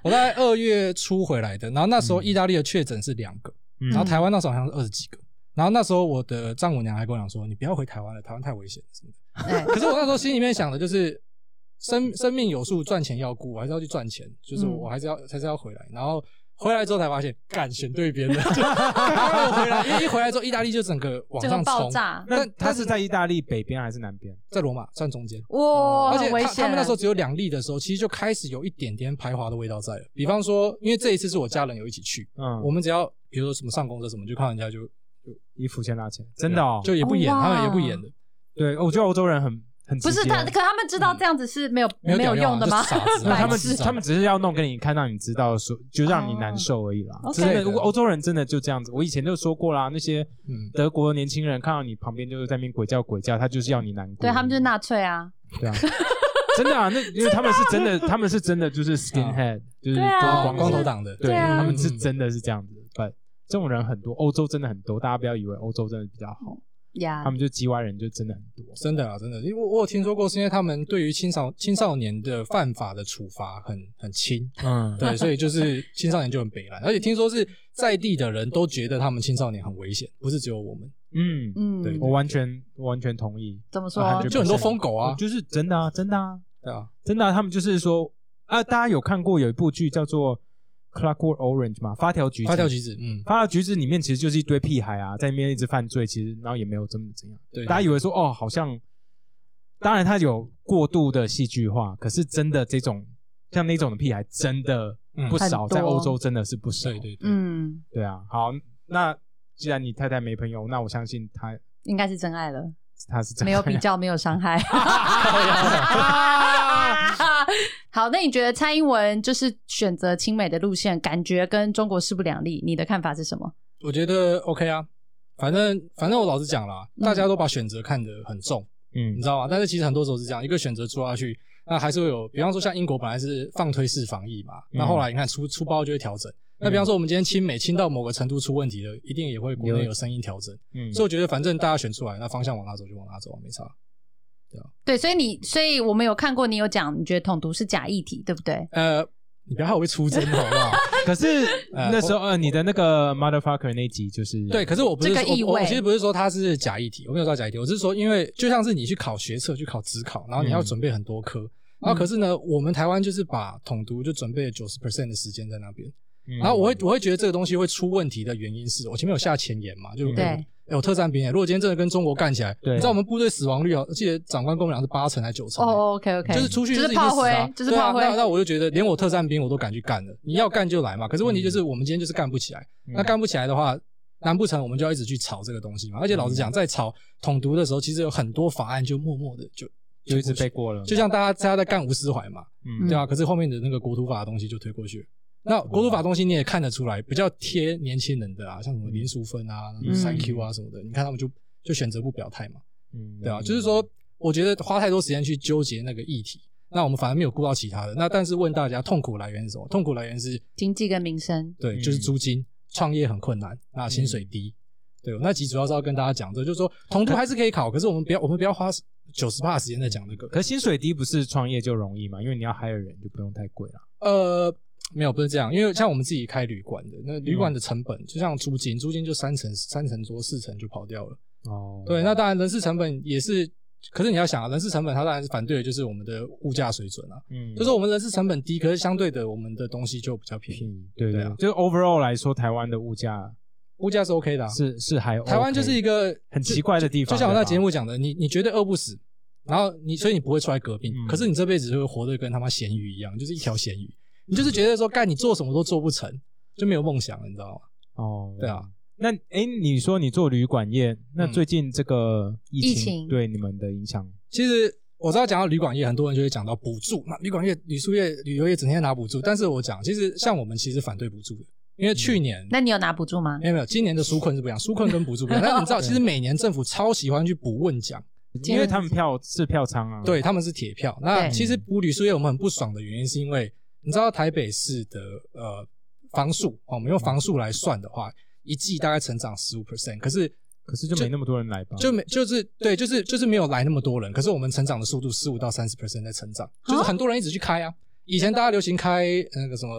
我在二月初回来的，然后那
嗯
时候意大利的确诊是两个，
嗯
然后台湾那时候好像是二十几个，然后那时候我的丈母娘还跟我讲说，你不要回台湾了，台湾太危险了什么的。 [laughs]
哎
可是我那时候心里面想的就是，
[laughs]
生生命有数，赚钱要顾，我还是要去赚钱，就是
嗯
我还是要、还是要回来。然后回来之后才发现，干选对边
[laughs]
了。就然后回来因为一回来之后，意大利就整个往
最
上
后爆
冲，
炸，
那
但
他是在意大利北边还是南边？
在罗马算中间。
哇，
哦
而且
很危
他
险。
他们那时候只有两例的时候，其实就开始有一点点排华的味道在了。比方说，因为这一次是我家人有一起去，
嗯，
我们只要比如说什么上公车什么，就看人家就
衣服先拉起来，真的哦。
啊就也不演，
哦哇
他们也不演的，
对，我觉得欧洲人很很
不是
直接
他，可他们知
嗯
道这样子是没有
没有屌
有用的吗
就？是傻子啊
那他
白
们
痴
只他们只是要弄给你看，让你知道说，就让你难受而已啦。
哦
真的，
OK
如果欧洲人真的就这样子，我以前就说过啦，那些 [laughs]
嗯，
德国年轻人看到你旁边就是在那边鬼叫鬼叫，他就是要你难过。
对他们就是纳粹啊，
对啊，真的啊，那因为他们是真的，他们是真的就是 skinhead，就是
对啊
光
光光头
头，
党的，
对
对啊
他们是真的是这样子。但这种人很多，欧洲真的很多，大家不要以为欧洲真的比较好，
呀
他，们就叽歪人就真的很多。
真的啊，真的，因为我我有听说过，是因为他们对于青少青少年的犯法的处罚很很轻，
嗯，
对，所以就是青少年就很北蓝，而且听说是在地的人都觉得他们青少年很危险，不是只有我们，
嗯，
嗯，
对哦
我完全我完全同意。
怎么说？
啊
就很多疯狗啊，
就是真的啊，真的啊，
对啊，
真的啊、他们就是说啊，大家有看过有一部剧叫做《Clockwork Orange》吗？发条橘子，
发条橘子，嗯，
发条橘子里面其实就是一堆屁孩啊，在里面一直犯罪，其实然后也没有真的怎样。
对，
大家以为说哦，好像当然它有过度的戏剧化，可是真的这种像那种的屁孩真的不少，
嗯
在欧洲真的是不少。
对对对，
嗯，
对啊，好，那既然你太太没朋友，那我相信她
应该是真爱了，
她是真
没有比较，没有伤害。 [laughs] 好，那你觉得蔡英文就是选择亲美的路线，感觉跟中国势不两立？你的看法是什么？
我觉得 OK 啊。反正反正我老实讲啦，大家都把选择看得很重，
[laughs] 嗯
你知道吗？但是其实很多时候是这样，一个选择做下去，那还是会有，比方说像英国本来是放推式防疫嘛，那后来你看出出包就会调整。那比方说我们今天亲美亲到某个程度出问题了，一定也会国内有声音调整。
嗯，
所以我觉得反正大家选出来，那方向往哪走就往哪走啊，没差。
对，所以你，所以我们有看过你有讲，你觉得统独是假议题，对不对？
呃，你不要害我会出征好不好？ [laughs]
可是
呃
那时候呃，你的那个 motherfucker 那集就是
对，可是我不是
这个
说
意
我我
味
其实不是说它是假议题，我没有到假议题，我是说因为就像是你去考学测、去考职考，然后你要
嗯
准备很多科，然后可是呢，我们台湾就是把统读就准备九十 percent 的时间在那边，
嗯
然后我会我会觉得这个东西会出问题的原因是我前面有下前言嘛，就
对
哎有特战兵演，如果今天真的跟中国干起来，
对
你知道我们部队死亡率啊，记得长官跟我们讲是八成还是九成、欸。
哦、o k OK，
就是出去
就是
一定
炮
死啊
灰，就是
对
炮灰
啊。那那我就觉得，连我特战兵我都敢去干了。你要干就来嘛。可是问题就是，我们今天就是干不起来。
嗯
那干不起来的话，难不成我们就要一直去吵这个东西嘛？而且老实
嗯
讲，在吵统独的时候，其实有很多法案就默默的就
就一直被
过
过
去，
了，
就像大家大家在干吴思怀嘛，
嗯
对啊。可是后面的那个国土法的东西就推过去了。那国土法的东西你也看得出来，比较贴年轻人的啊，像什么林淑芬啊、
嗯
三 Q 啊什么的，你看他们就就选择不表态嘛。
嗯
对啊，就是说，我觉得花太多时间去纠结那个议题，那我们反而没有顾到其他的。那但是问大家，痛苦来源是什么？痛苦来源是
经济跟民生，
对，
嗯
就是租金，创业很困难，那薪水低。对，那集主要是要跟大家讲这，就是说，同步还是可以考，可是我们不要，我们不要花九十趴时间在讲这个。
可薪水低不是创业就容易嘛？因为你要 hire 人就不用太贵了。
呃，没有，不是这样，因为像
嗯
我们自己开旅馆的，那旅馆的成本就像租金，租金就三成、三成多、四成就跑掉了。
哦，
对，那当然人事成本也是，可是你要想啊，人事成本它当然是反对的就是我们的物价水准啊。
嗯
就是我们人事成本低，可是相对的，我们的东西就比较便
便
宜，
宜，对
对
对
啊，
就是 overall 来说，台湾的物价
物价是 OK 的、啊。
是是还 OK
台湾就是一个
很
就
奇怪的地方
就像我
对
那
吧
节目讲的，你你绝对饿不死，然后你所以你不会出来革命，
嗯
可是你这辈子就会活得跟他妈咸鱼一样，就是一条咸鱼，你就是觉得说干你做什么都做不成，就没有梦想了，你知道吗？
哦，
对啊。
那哎，你说你做旅馆业，那
嗯
最近这个疫
疫情
对你们的影响，
其实我知道讲到旅馆业，很多人就会讲到补助，那旅馆业、旅宿业、旅游业整天拿补助，但是我讲，其实像我们其实反对补助的，因为去年
嗯那你有拿补助吗
没？有没有，今年的纾困是不一样，纾困跟补
[laughs]
助不一样。但你知道，其实每年政府超喜欢去补问奖，
因为他们票是票仓啊，
对，他们是铁票。那
嗯对
其实补旅宿业我们很不爽的原因，是因为你知道台北市的呃房数，哦我们用房数来算的话，一季大概成长十五 percent，可是
可是就没那么多人来吧？
就没就是对，就是就是没有来那么多人，可是我们成长的速度十五到三十 percent 在成长，就是很多人一直去开啊。以前大家流行开呃那个什么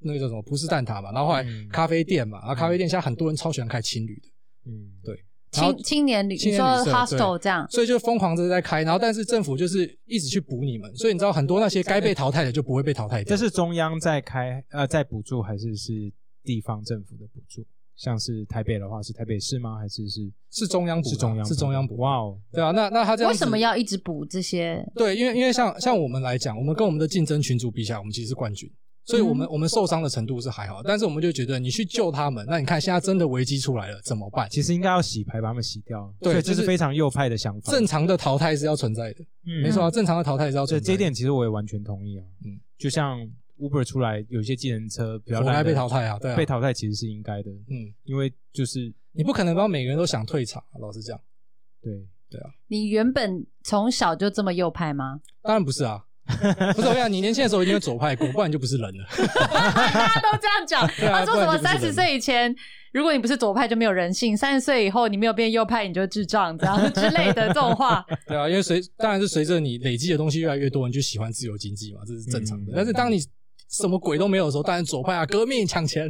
那个叫什么葡式蛋挞嘛，然后后来
嗯
咖啡店嘛，然后咖啡店现在很多人超喜欢开青旅的。
嗯，
对然后
青青年旅，
青
你
年
说
旅社
hostel
对
这样，
所以就疯狂的在开，然后但是政府就是一直去补你们，所以你知道很多那些该被淘汰的就不会被淘汰掉。
这是中央在开呃在补助，还是是地方政府的补助？像是台北的话，是台北市吗？还是是
是中央补的啊
是中央
是中央补
补。哇哦，
对啊，那那他这样
为
子
什么？要一直补这些？
对，因为因为像像我们来讲，我们跟我们的竞争群组比起来，我们其实是冠军，所以我
嗯
们、我们受伤的程度是还好，但是我们就觉得你去救他们，那你看现在真的危机出来了怎么办？
其实应该要洗牌，把他们洗掉。
对
所以这
就是是
非常右派的想法。
正常的淘汰是要存在的，
嗯
没错啊，正常的淘汰是要
这
存在的。
这一点其实我也完全同意啊。嗯
嗯，
就像 Uber 出来，有些计程车比较
活该
烂的
被淘汰啊，对啊，
被淘汰其实是应该的，
嗯，
因为就是
你不可能帮每个人都想退场啊，老实讲，
对，
你原本从小就这么右派吗？
当然不
[laughs]
是啊。不是我跟你讲，你年轻的时候一定会左派过，不然你就不是人了。
[laughs] 大家都这样讲，
[laughs] 对啊
他说什么
不然
三
就不是人
十岁以前，如果你不是左派就没有人性，三十岁以后你没有变右派你就智障，这样 [laughs] 之类的这种话。
对啊，因为随当然是随着你累积的东西越来越多，你就喜欢自由经济嘛，这是正常的。
嗯
但是当你什么鬼都没有的时候，当然左派啊，革命
[laughs]
抢钱，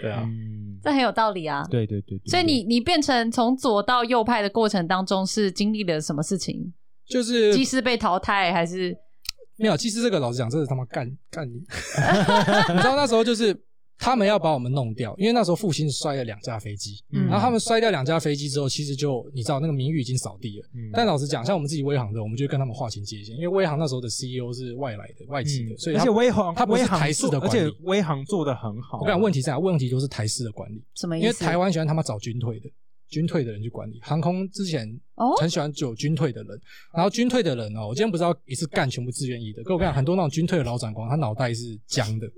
对啊，
嗯，
这很有道理啊。
对对对对。
所以你你变成从左到右派的过程当中是经历了什么事情？
就是
即使被淘汰还是
[laughs] 没有。其实这个老实讲，真的他妈干干你，你知道那时候就是他们要把我们弄掉，因为那时候复兴摔了两架飞机，
嗯
然后他们摔掉两架飞机之后，其实就你知道那个名誉已经扫地了。
嗯
但老实讲，像我们自己威航的，我们就会跟他们划清界限，因为威航那时候的 CEO 是外来的、外籍的，所
嗯
以
而
他
且威航，
他不
威
是
航
台式
做
的
而
管
且
理。
威航做的很好。啊
我跟你讲，问题在哪？问题就是台式的管理，
什么意
因
思？
为台湾喜欢他妈找军退的，军退的人去管理航空。之前
哦
很喜欢就有军退的人，然后军退的人哦，我今天不知道一次干全部自愿意的，可我跟你讲，很多那种军退的老长官，他脑袋是僵
嗯
的，
嗯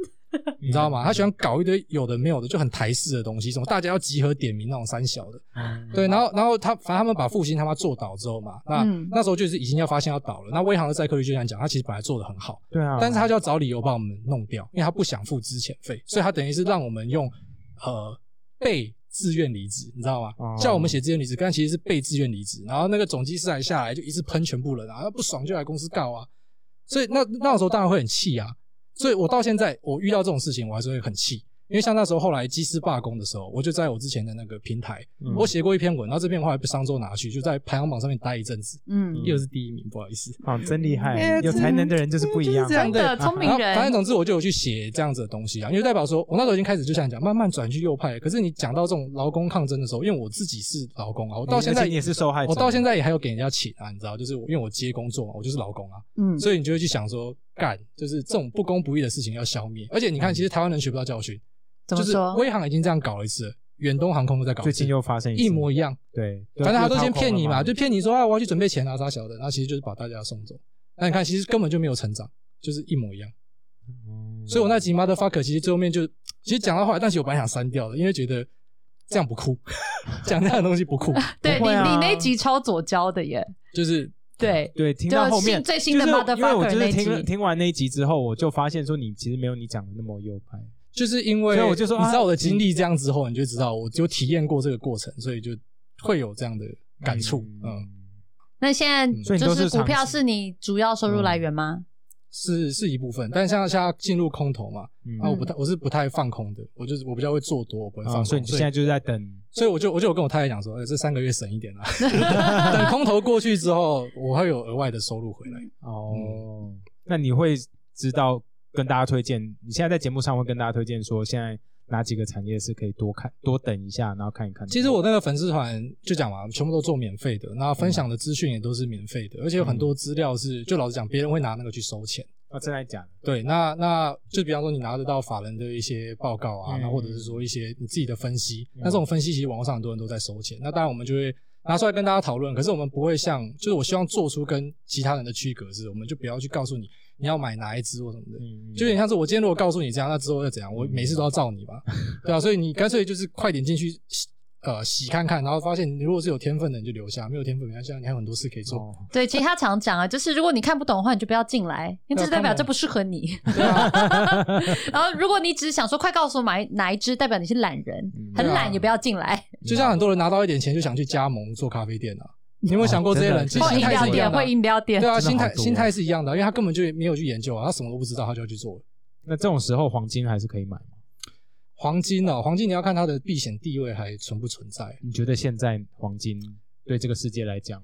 你知道吗？他喜欢搞一堆有的没有的，就很台式的东西，什么大家要集合点名那种三小的，
嗯，
对。然后，然后他反正他们把复兴他妈做倒之后嘛，那、
嗯
那时候就是已经要发现要倒了。那威航的载客率就像你讲，他其实本来做的很好，
对啊，
但是他就要找理由把我们弄掉，因为他不想付之前费，所以他等于是让我们用呃被自愿离职，你知道吗？
哦
叫我们写自愿离职，但其实是被自愿离职。然后那个总机师还下来就一直喷全部人啊，不爽就来公司告啊。所以那那时候当然会很气啊。所以我到现在我遇到这种事情，我还是会很气。因为像那时候后来机师罢工的时候，我就在我之前的那个平台，
嗯
我写过一篇文，然后这篇文后来被商周拿去，就在排行榜上面待一阵子，
嗯，
又是第一名，不好意思。
好，哦真厉害，
哎
有才能的人就是不一样
就是这。样
真的聪明
嗯然后反正
人，
总之我就有去写这样子的东西啊，因为代表说，我那时候已经开始就像你讲，慢慢转去右派。可是你讲到这种劳工抗争的时候，因为我自己是劳工啊，我到
嗯
现
而
在
且你也是受害者
我到现在也还有给人家请啊，你知道，就是我因为我接工作嘛，我就是劳工啊，
嗯，
所以你就会去想说，干，就是这种不公不义的事情要消灭。而且
嗯
你看，其实台湾人学不到教训，
怎
就
么
是
说？
威航已经这样搞了一次了，远东航空都在搞一
最
次
近，又发生
一模
一
一样。
对，啊
反正他都先
又掏空
骗你嘛，
了
就骗你说啊，我要去准备钱啊，啥小的，然后其实就是把大家送走。那你看，其实根本就没有成长，就是一模一样。
嗯
所以我那集 motherfucker 其实最后面就，其实讲到后来，但是我本来想删掉的，因为觉得这样不酷，讲这样的东西不酷，
对
不
你
会啊
你那集超左交的耶，
就是
对，
嗯
对，听到
就
后面
新最新的
就是因为我
Motherfucker
就是
那集
听了听完那一集之后，我就发现说你其实没有你讲的那么右派。
就是因为
所以我就说
你知
啊
道我的经历这样之后，你就知道我有体验过这个过程，所以就会有这样的感触，嗯，
那现
嗯
所
在
以你都
就是股票
尝试
是你主要收入来源吗？
是是一部分，但像现在进入空头嘛，
嗯
啊，我不太我是不太放空的，我就是我比较会做多，我不会放
啊，
嗯空，
所以你现在就是在等，
所以我就我就有跟我太太讲说，呃，这三个月省一点啦、等空头过去之后，我会有额外的收入回来。
哦，那你会知道跟大家推荐，你现在在节目上会跟大家推荐说，现在哪几个产业是可以多看、多等一下，然后看一看的。哦
其实我那个粉丝团就讲嘛，全部都做免费的，那分享的资讯也都是免费的，而且有很多资料是，就老实讲，别人会拿那个去收钱。
啊，真的假的？
对，那那就比方说你拿得到法人的一些报告啊，
嗯
那、或者是说一些你自己的分析，那这种分析其实网络上很多人都在收钱，那当然我们就会拿出来跟大家讨论，可是我们不会像，就是我希望做出跟其他人的区隔是，我们就不要去告诉你你要买哪一支或什么的，
嗯，
就有点像是我今天如果告诉你这样，那之后又怎样？我每次都要
[laughs]
照你嘛，对啊，所以你干脆就是快点进去洗呃洗看看，然后发现你如果是有天分的你就留下，没有天分没关系，啊你还有很多事可以做。
哦
对，其实他常讲啊，就是如果你看不懂的话，你就不要进来，因为这
对啊
代表
看不懂
这不适合
[laughs]
你。
对啊，
然后如果你只是想说快告诉我买哪一只，代表你是懒人
嗯，
很
对啊
懒也不要进来。
就像很多人拿到一点钱就想去加盟做咖啡店啊，你有没有想过这些人？
哦
其
真
实
的
或
心
饮
态
料
是一样
店，
的啊
或。饮料店
对。啊，
真的
心
好
态
多
心态是一样的啊，因为他根本就没有去研究啊，他什么都不知道，他就要去做了。
那这种时候黄金还是可以买吗？
黄金哦，黄金你要看它的避险地位还存不存在。
你觉得现在黄金对这个世界来讲，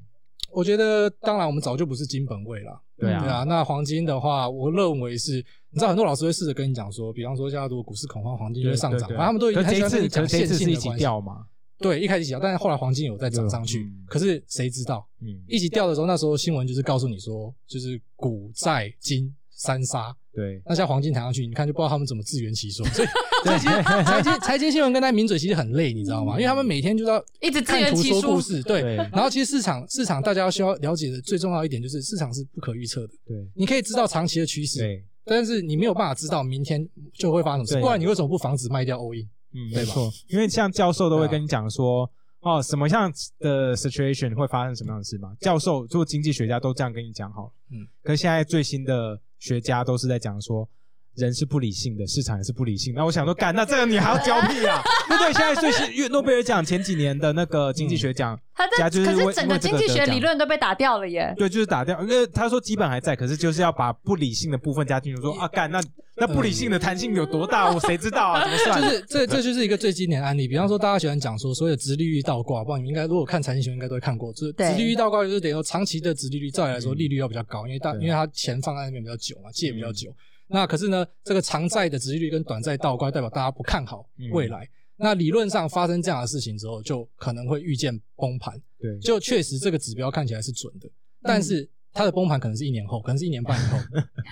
我觉得，当然我们早就不是金本位了，
对
对
啊，
啊，那黄金的话，我认为是，你知道很多老师会试着跟你讲说，比方说现在如果股市恐慌，黄金就会上涨，
对对对
然后他们都已经
可
很
是
喜
这一次，可
欢跟你讲
是这一
线
次
性
是一
的
起
关系。
掉嘛？
对，一开始起掉，但是后来黄金有再涨上去
嗯，
可是谁知道？
嗯，
一起掉的时候，那时候新闻就是告诉你说，就是股债金三杀， [laughs]
对，
那像黄金弹上去，你看就不知道他们怎么自圆其说。所以所以其实
[laughs]
财经财经新闻跟那名嘴其实很累，你知道吗？因为他们每天就要
一直自
看
圆
图
其
说
说
故事，对 [laughs]
对。
然后其实市场市场大家需要了解的最重要一点就是市场是不可预测的，
对，嗯
你可以知道长期的趋势，
对，
但是嗯你没有办法知道明天就会发生什
对
么事。不然你为什么不防止卖掉 all in？
嗯，
对
没
吧啊
错，因为像教授都会跟你讲说，哦，什么样的 situation 会发生什么样的事嘛？教授做经济学家都这样跟你讲好了。
嗯
嗯，可是现在最新的学家都是在讲说。人是不理性的，市场也是不理性。那我想说，干，那这个你还要教屁啊？对不对？现在最新越诺贝尔奖前几年的那个经济学奖，
嗯
他
家
的
就是
可
为
是整个
为这
经
个
济
得
学
奖
理论都被打掉了耶。
对，就是打掉。因为他说基本还在，可是就是要把不理性的部分加进去说。啊，干，那那不理性的弹性有多大？我谁知道啊？怎么算？
就是这这就是一个最经典的案例。比方说，大家喜欢讲说所有的殖利率倒挂，不然你们应该如果看财经新闻应该都会看过，就是
对
殖利率倒挂就是等于说长期的殖利率，照理来说利率要比较高，因为大
嗯对啊嗯
因为它钱放在那边比较久嘛，借比较久。那可是呢，这个长债的殖利率跟短债倒挂，代表大家不看好
嗯
未来。那理论上发生这样的事情之后，就可能会遇见崩盘。
对，嗯
就确实这个指标看起来是准的，但是它的崩盘可能是一年后，可能是一年半
[laughs]
以后，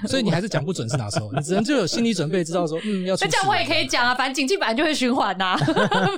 所以你还是讲不准是哪时候，你只能就有心理准备，知道说嗯要出
那
事。
这样我也可以讲啊，反正景气本来就会循环
[laughs]
呐、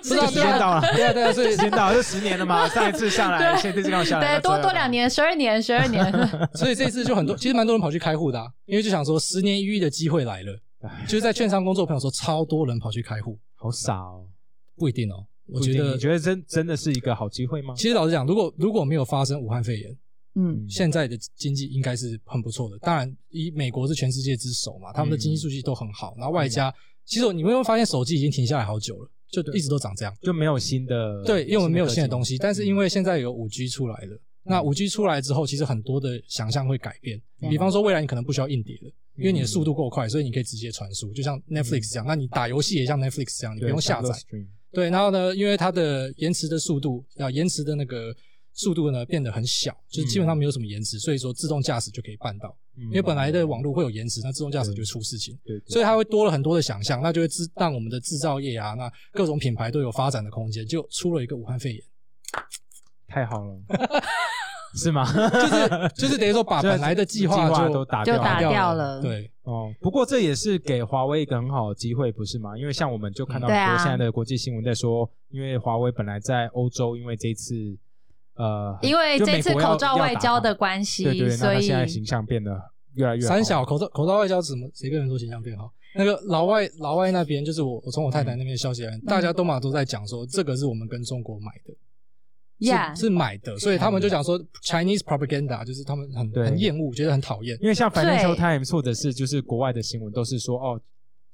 知
不
道
是
时
一
间
样
到了，
对啊对啊，所 [laughs] 以
时间到了，这十年
[laughs]
了嘛，上一次上来，现在这次刚下来，
对，多多两。年，十二年，十二
[laughs]
年，
所以这次就很多，其实蛮多人跑去开户的、啊，因为就想说十年一遇的机会来了，就是在券商工作的朋友说超多人跑去开户，
好傻哦！
不一定哦，
不
我
一
觉
定
得
你觉得真真的是一个好机会吗？
其实老实讲，如果如果没有发生武汉肺炎，
嗯，
现在的经济应该是很不错的。当然，以美国是全世界之首嘛，他们的经济数据都很好，然后外加，其实你们有没有发现手机已经停下来好久了，就一直都长这样。
就没有新的
对，因为我们没有新的东
西，
西，但是因为现在有五 G 出来了，那五 G 出来之后，其实很多的想象会改变。
对
比方说，未来你可能不需要硬碟了。
嗯
因为你的速度够快，所以你可以直接传输，就像 Netflix 这样。那你打游戏也像 Netflix 这样，你不
对
用下载。
downstream
对，然后呢，因为它的延迟的速度啊，延迟的那个速度呢变得很小，就是基本上没有什么延迟，所以说自动驾驶就可以办到。
嗯
因为本来的网络会有延迟，那自动驾驶就出事情，
对，
所
以
以它会多了很多的想象，那就会制让我们的制造业啊，那各种品牌都有发展的空间。就出了一个武汉肺炎，
太好
[laughs]
了，是吗？
就是就是等于说把
这
啊本来的
[laughs]
计
计划
划
都
就
打
就
掉
打
了
掉了
对，
哦，不过这也是给华为一个很好的机会，不是吗？因为像我们就看到
对
很
啊
多现在的国际新闻在说，因为华为本来在欧洲，因为这次呃，
因为
就
这次
美国要
口罩外交的关系
要打嘛对，对，
所
那他
以
现在形象变得越来越好
三小口罩口罩外交怎么谁跟人说形象变好？那个老外老外那边，就是我我从我
嗯
太太那边消息来源，大家都嘛都在讲说这个是我们跟中国买的。
，Yeah，
是是买的，所以他们就讲说 Chinese propaganda，就是他们很
对
很厌恶，觉得很讨厌。
因为像 Financial
对
Times 或者是就是国外的新闻都是说哦，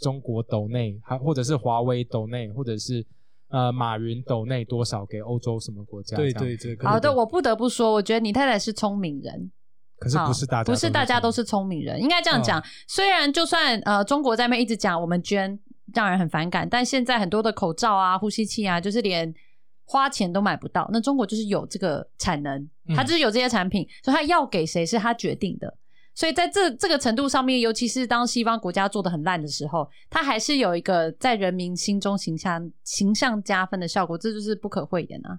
中国斗内，还或者是华为斗内，或者是呃马云斗内多少给欧洲什么国家？
对
这样
对。对，可能
好的，我不得不说，我觉得你太太是聪明人，
可是不是大家
不是大家都是聪明人，应该这样
嗯
讲。虽然就算呃中国在那边一直讲我们捐，让人很反感，但现在很多的口罩啊、呼吸器啊，就是连花钱都买不到。那中国就是有这个产能，
嗯
它就是有这些产品，所以它要给谁是它决定的。所以在这这个程度上面，尤其是当西方国家做的很烂的时候，它还是有一个在人民心中形象形象加分的效果，这就是不可讳言啊。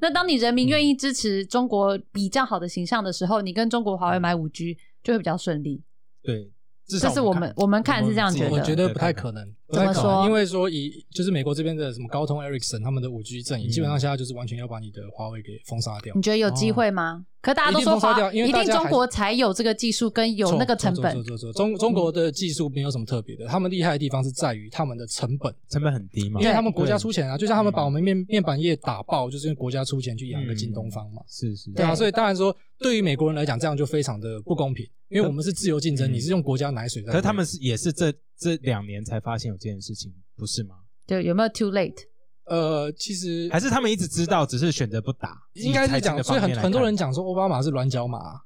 那当你人民愿意支持中国比较好的形象的时候，你跟中国华为买
嗯
五 G 就会比较顺利。
对，至
这
少
是我们我们看是这样
自己
觉
我
得
觉得不太可能，不
怎
太
么
可能，
说
因为说以就是美国这边的什么高通、Ericsson 他们的五 G 阵营，
嗯
基本上现在就是完全要把你的华为给封杀掉
你。觉得有机会吗？可大家都
哦一定
说
封杀
华
掉因为
一
大
定
家还
中国才有这个技术跟有那个成
错
本，
错错错错中中国的技术没有什么特别的，他们厉害的地方是在于他们的成本，
成本很低嘛
因，为
对
他们国家
对
出钱啊，就像他们
嗯
把我们面面板业打爆，就是因为国家出钱去养个
嗯
京东方嘛。
是是，
对啊，
对
所以当然说，对于美国人来讲，这样就非常的不公平，因为我们是自由竞争，
嗯
你是用国家奶水在喂。
可是他们是也是这这两年才发现有这件事情，不是吗？
对，有没有 too late？
呃，其实
还是他们一直知道，只是选择不打？
应该是
以财经
讲，
的
所以
方
很
面来
很多
看
人讲说奥巴马是软脚
[laughs]
马啊，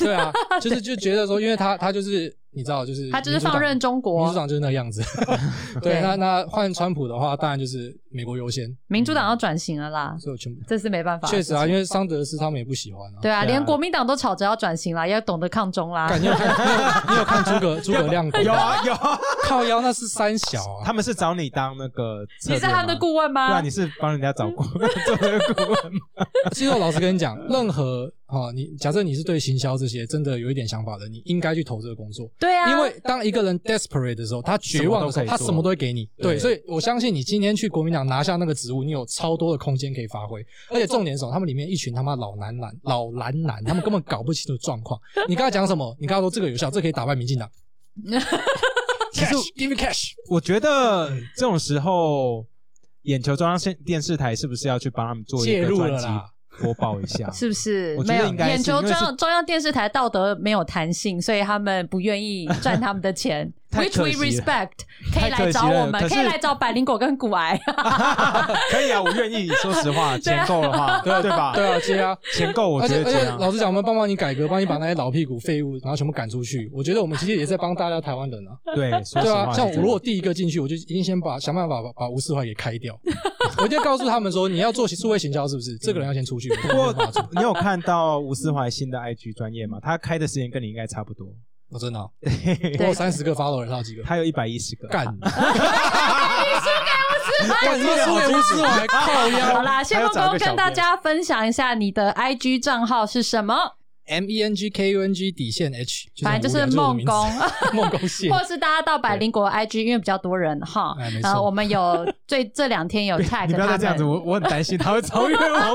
对啊，就是就觉得说，因为他他就是你知道，就是
他就是
民主党
放任中国
民主党就是那个
[laughs]
样子。对，
对
那那换川普的话，当然就是美国优先，
民主党要转型了啦，
所以我全部
这是没办法。
确实啊，因为桑德斯他们也不喜欢啊。
对啊，
对啊
连国民党都吵着要转型啦，要懂得抗中啦。
干，你有看你有你有看诸葛诸葛亮国
[laughs] 有啊有啊，
靠腰那是三小啊，
他们是找你当那个策
你
略吗，
是他们的顾问
对
吗
啊，？你是帮人家找顾 [laughs] 问做那个顾问吗，
[laughs] 其实我老实跟你讲，任何啊、哦，你假设你是对行销这些真的有一点想法的，你应该去投这个工作，
对啊，
因为当一个人 desperate 的时候，他绝望的时
什么都可
候，
以
他
做
什么都会给你。
对
对，所以我相信你今天去国民党拿下那个职务，你有超多的空间可以发挥。而且重点是什么？他们里面一群他妈老男男、老男男，他们根本搞不清楚状
[laughs]
况。你跟他讲什么？你跟他说这个有效，这可以打败民进党。
其实
Cash，give me cash。
我觉得这种时候，眼球中央线电视台是不是要去帮他们做一
介
个
入了
专辑
啦
播报一下？
[laughs] 是不是
啊我觉
没
得
有
应该是
眼球
因为
中
是
央中央电视台道德没有弹性，所以他们不愿意赚他们的钱
[laughs] 太
，which
可
we
惜了
respect，可
太
以
可
来
惜
找
了
我们，
可是
可以来找百灵果跟骨
[laughs]
癌。
可以啊，我愿意。说实话，钱够的话，对对吧？
对啊，接啊。
钱够，我
而
觉
且
得
而
这
且，
样。
老实讲，我们帮帮你改革，帮你把那些老屁股、废物，然后全部赶出去。我觉得我们其实也在帮大家台湾人啊。
对，说实
对
话
啊，
是
像我
这样
如果第一个进去，我就已经先把想办法把把吴世怀给开掉。 [laughs] 我一定要告诉他们说，你要做数位行销是不是？这个人要先出去。我
不过你有看到吴思怀新的 IG 专业吗？他开的时间跟你应该差不多，
我真的
[laughs]
哦，我有三十个 follower，他有几个？
他有一百一十个，
干，干你输给吴思怀，靠腰
好啦，谢
还要
梦
找一
工
个小
跟
编
大家分享一下你的 IG 账号是什么，
M E N G K U N G 底线 H，就
反正就是
很无聊
梦工，
就是我的名字 [laughs] 梦工蟹。
或是大家到百灵果 IG，因为比较多人哈
哎没，错
然后我们有最这两天
[laughs]
有 tag
你不要
他
再这样子，
们，
我我很担心他会超越我们。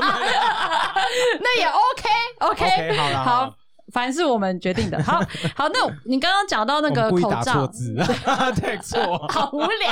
那也 OK OK，
OK，好啦好
好。凡是我们决定的，好好，那你刚刚讲到那
我
个
们故意
口
打
罩
错，
[laughs]
字，
[laughs]
对错。
好无聊。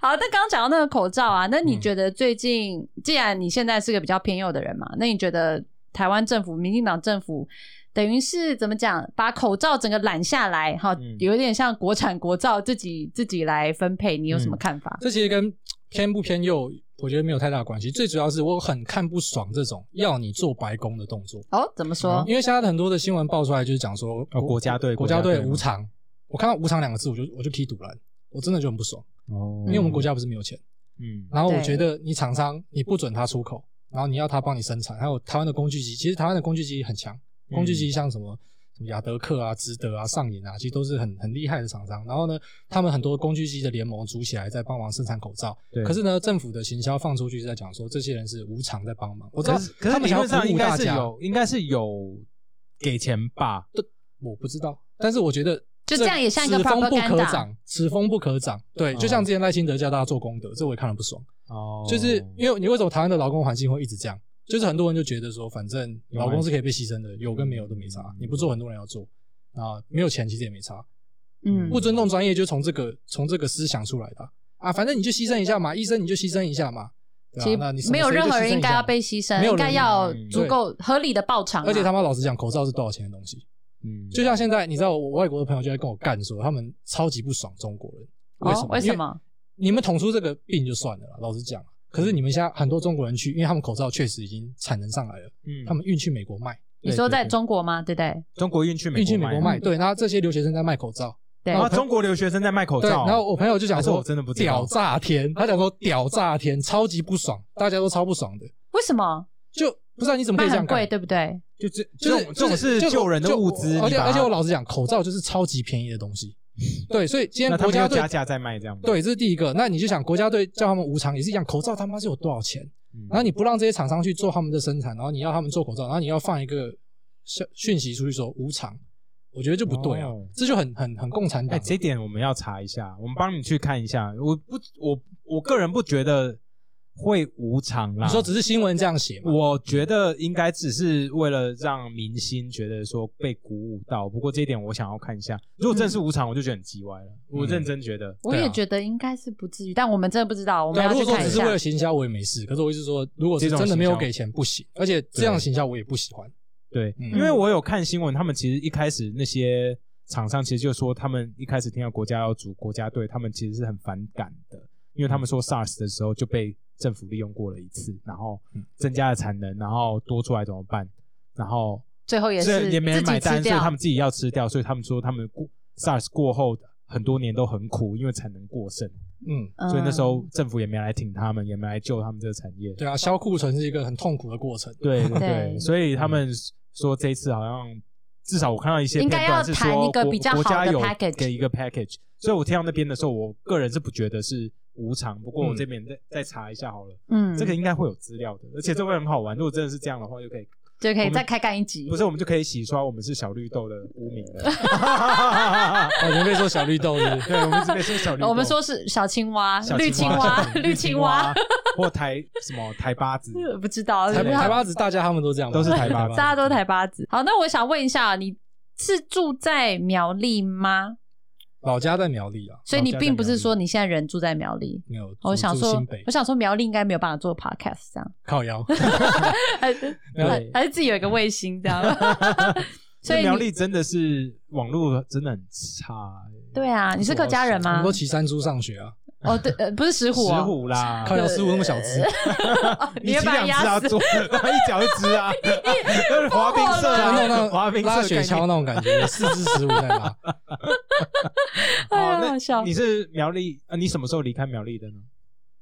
好，那刚刚讲到那个口罩啊，那
嗯
你觉得最近，既然你现在是个比较偏右的人嘛，那你觉得台湾政府、民进党政府等于是怎么讲，把口罩整个揽下来，哈，
嗯
有点像国产国造自己自己来分配，你有
嗯
什么看法？
这其实跟偏不偏右，我觉得没有太大关系。最主要是我很看不爽这种要你做白工的动作，
哦，怎么说？
因为现在很多的新闻爆出来就是讲说，
哦国家队
国家
国家
队
队吗
无偿，我看到无偿两个字，我就我就踢赌篮，我真的就很不爽，
哦
因为我们国家不是没有钱，
嗯
然后我
对
觉得你厂商你不准他出口，然后你要他帮你生产，还有台湾的工具机，其实台湾的工具机很强，
嗯
工具机像什么什么雅德克啊、值得啊、上瘾啊，其实都是很很厉害的厂商。然后呢，他们很多工具机的联盟组起来在帮忙生产口罩，
对
可是呢，政府的行销放出去是在讲说这些人是无偿在帮忙，我知道
可是可
他
是
们
理
想
论
要
上
服
应
务
该
大
是
家，
有，应该是有给钱吧？
我不知道，但是我觉得
就这样也像一个
此风不可
propaganda
长，此风不可
嗯
长。对，就像之前赖清德叫大家做功德，这我也看了不爽。
哦
就是因为你为什么台湾的劳工环境会一直这样？就是很多人就觉得说，反正劳工是可以被牺牲的，有跟没有都没差，
嗯
你不做很多人要做啊，没有钱其实也没差，
嗯
不尊重专业就从这个从这个思想出来的啊啊，反正你就牺牲一下嘛，医生你就牺牲一下嘛，对
其
啊，那你什
实
么
没有
谁就
任何
牺牲
人
一
应该
下
要
嘛
被牺牲，
没有
应
人
该要
嗯
足够合理的报偿、啊。
而且他妈老实讲，口罩是多少钱的东西？
嗯
就像现在，你知道我外国的朋友就在跟我干说，他们超级不爽中国人，为什
哦
么？，
为
因
什么？嗯
你们捅出这个病就算了啦，老实讲。啊可是你们现在很多中国人去，因为他们口罩确实已经产能上来了，
嗯
他们运去美国卖，
你
对
说
对
在
对
中国吗？对不对？
中国运去美
运去美国卖。
卖，
对，然后这些留学生在卖口罩，
对，
啊，中国留学生在卖口
对。
罩，哦
然后我朋友就讲
还是
说，
我真的不知
屌
道，
炸天，他讲说屌炸天，超级不爽，大家都超不爽的，
为什么
就不知道你怎么可
卖
以这样
很
干
贵，。对不对？
就这
就
这
是
种这种
就是就
救人的
就
物资，
而且
你把它
而且我老实讲，口罩就是超级便宜的
[laughs]
东西，对，所以今
那
天
他
国
们
家
又
队
加价再卖这样吗，
对，这是第一个。那你就想国家队叫他们无偿也是一样，口罩他妈是有多少钱？
嗯，
然后你不让这些厂商去做他们的生产，然后你要他们做口罩，然后你要放一个消讯息出去说无偿，我觉得就不对啊，
哦
这就很很很共产
哎，
党。
这一点我们要查一下，我们帮你去看一下。我不，我我个人不觉得会无偿啦。
你说只是新闻这样写嘛？
我觉得应该只是为了让明星觉得说被鼓舞到。不过这一点我想要看一下，如果真的是无偿，我就觉得很叽歪了。我认真觉得，
我
对啊
也觉得应该是不至于，但我们真的不知道，我
对
们
啊，
要
如
去
果说
看一
只是
下
为。了行销，我也没事。可是我一直说，如果是
这种
真的没有
行销
给钱不行，而且这样行销我也不喜欢。
对，
嗯
因为我有看新闻，他们其实一开始那些厂商其实就说，他们一开始听到国家要组国家队，他们其实是很反感的，因为他们说 SARS 的时候就被政府利用过了一次，然后增加了产能，然后多出来怎么办？然后
最后也
所以
是
也没人
自己
买
吃
单，所以
掉
他们自己要吃掉，所以他们说他们过 SARS 过后很多年都很苦，因为产能过剩，
嗯，
嗯
所以那时候政府也没来挺他们，也没来救他们这个产业。
对啊，销库存是一个很痛苦的过程。
哦对啊对
对
对，所以
嗯
他们说这一次好像至少我看到一些
应该
片段是说
要谈一个
国
比较好的
国家有
package
给一个 package，所以我听到那边的时候，我个人是不觉得是无偿，不过我
嗯
这边再再查一下好了，
嗯，
这个应该会有资料的，而且这会很好玩。如果真的是这样的话，就可以
就可以
我们
再开干一集
不。是我们就可以洗刷我们是小绿豆的污名
[laughs]
了。
啊，你们被说小绿豆是不
[laughs]
是？
对，我们这边是小绿豆，
哦我们说是小青蛙、
小
啊绿
青
青蛙、[laughs]
小
绿青蛙，
[laughs]
呃
或台什么台八
[laughs]
子，
不知道
台
对
台巴子大家他们都这样吧，
都是
[laughs]
台巴子嗯
大家都台八子。好，那我想问一下，啊你是住在苗栗吗？
老家在苗栗啊，
所以你
哦老家在
并不
苗
是
栗
说你现在人住在苗栗。哦
没有。
我
住
想
住
说
新北，
我想说苗栗应该没有办法做 podcast 这样，
靠腰，
还
[laughs]
是
对
还还是自己有一个卫星这样。
[laughs]
所以
那苗
你
栗真的是网络真的很差欸、
对 [laughs] 啊，你是客家人
我
吗
们都？骑山猪上学啊，
哦，对，呃不是石虎哦，
石虎啦，
靠腰师傅那么小只。
[laughs]
你也
几
把它
两只
压
啊，
死。
左一脚一只啊，
[laughs]
滑冰
[laughs]
社
就
啊，
弄那
[laughs] 滑
种
冰
拉
社
雪橇那种感觉，四只十五在拉。
哎呀
哦，
好
那
笑
你是苗栗啊？你什么时候离开苗栗的呢？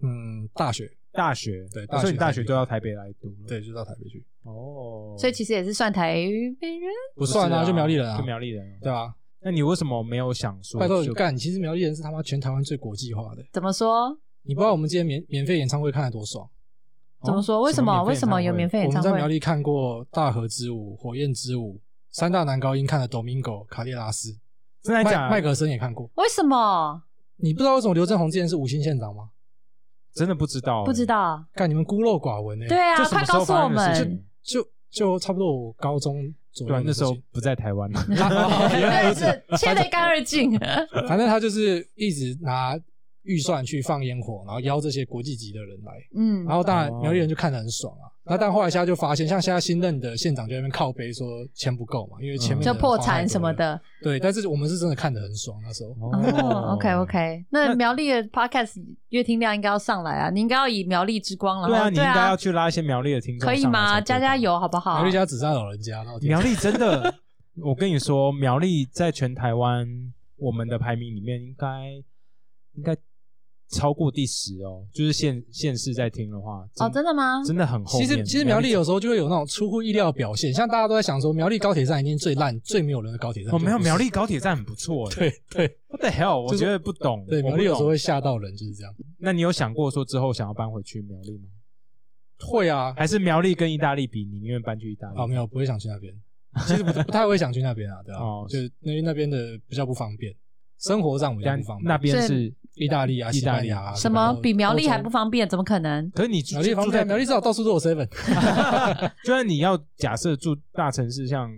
嗯，大学
大学，哦
对大学
所以你大学
才离
就到台北来读了。，
对，就到台北去，
哦，
所以其实也是算台北人。
不算
是
啊，就苗栗人啊
就，苗栗人啊。
对啊，
那你为什么没有想说
拜托你
就
干，你其实苗栗人是他妈全台湾最国际化的。
怎么说？
你不知道我们今天免免费演唱会看得多爽。
怎么说？
哦
为什么？
免费
为什么有免费
我
演
们
唱
在苗
会？
栗看过《大河之舞》《火焰之舞》，三大男高音看了 Domingo、卡列拉斯，
真的假
麦
的？
麦克森也看过。
为什么？
你不知道为什么刘正宏之前是五星县长吗？
真的不知道欸，
不知道。
干，你们孤陋寡闻哎、
对啊
这，什么
快
时候
告诉
发
我
生的事
们
情。
就就差不多我高中左
对啊
右，
那
的
时
事
候
情。
不在台
[laughs]
湾。
[laughs] 原来
对，
如此
是切得一干二净。
反正他就是一直拿预算去放烟火，然后邀这些国际级的人来。
嗯
然，后当然
哦
苗栗人就看得很爽啊。那但后来现在就发现，像现在新任的县长就在那边靠背说钱不够嘛，因为前
嗯
面的
就
人
破
花太
产
多
什么
了。
的。
对，但是我们是真的看得很爽那时候。
哦，OK OK，那苗栗的 Podcast 阅听量应该要上来啊！你应该要以苗栗之光，然
对啊，
后
你
对
应该
啊
要，去拉一些苗栗的听众，
可以吗？加加！油，好不好
苗？栗家只杀老人家，然后
苗栗真的， [laughs] 我跟你说，苗栗在全台湾我们的排名里面应该应该超过第十哦，就是县县市在听的话，
哦，真的吗？
真的很后
其
面。
实其实苗栗有时候就会有那种出乎意料的表现，像大家都在想说苗栗高铁站已经最烂、最没有人的高铁站。
哦，没有
就是
苗栗高铁站很不错哎。
对对
What the hell？我
欸就是
觉得不懂。
对，
我
苗
不
栗有时候
懂
会吓到人，就是这样。
那你有想过说之后想要搬回去苗栗吗？
会啊，
还是苗栗跟意大利比，你宁愿搬去意大利？
啊没有，不会想去那边。其实不不太会想去那边啊，对啊，
哦
就是因为那边的比较不方便，生活上比较
但
不方便。
那边
所
是，
意大利啊，
意
西
大
班
利
牙啊
什么比苗栗还不？
方
方便？怎么可能？
可是你住
苗栗方
住在
便，苗栗至少到处都有 seven。
就算你要假设住大城市，像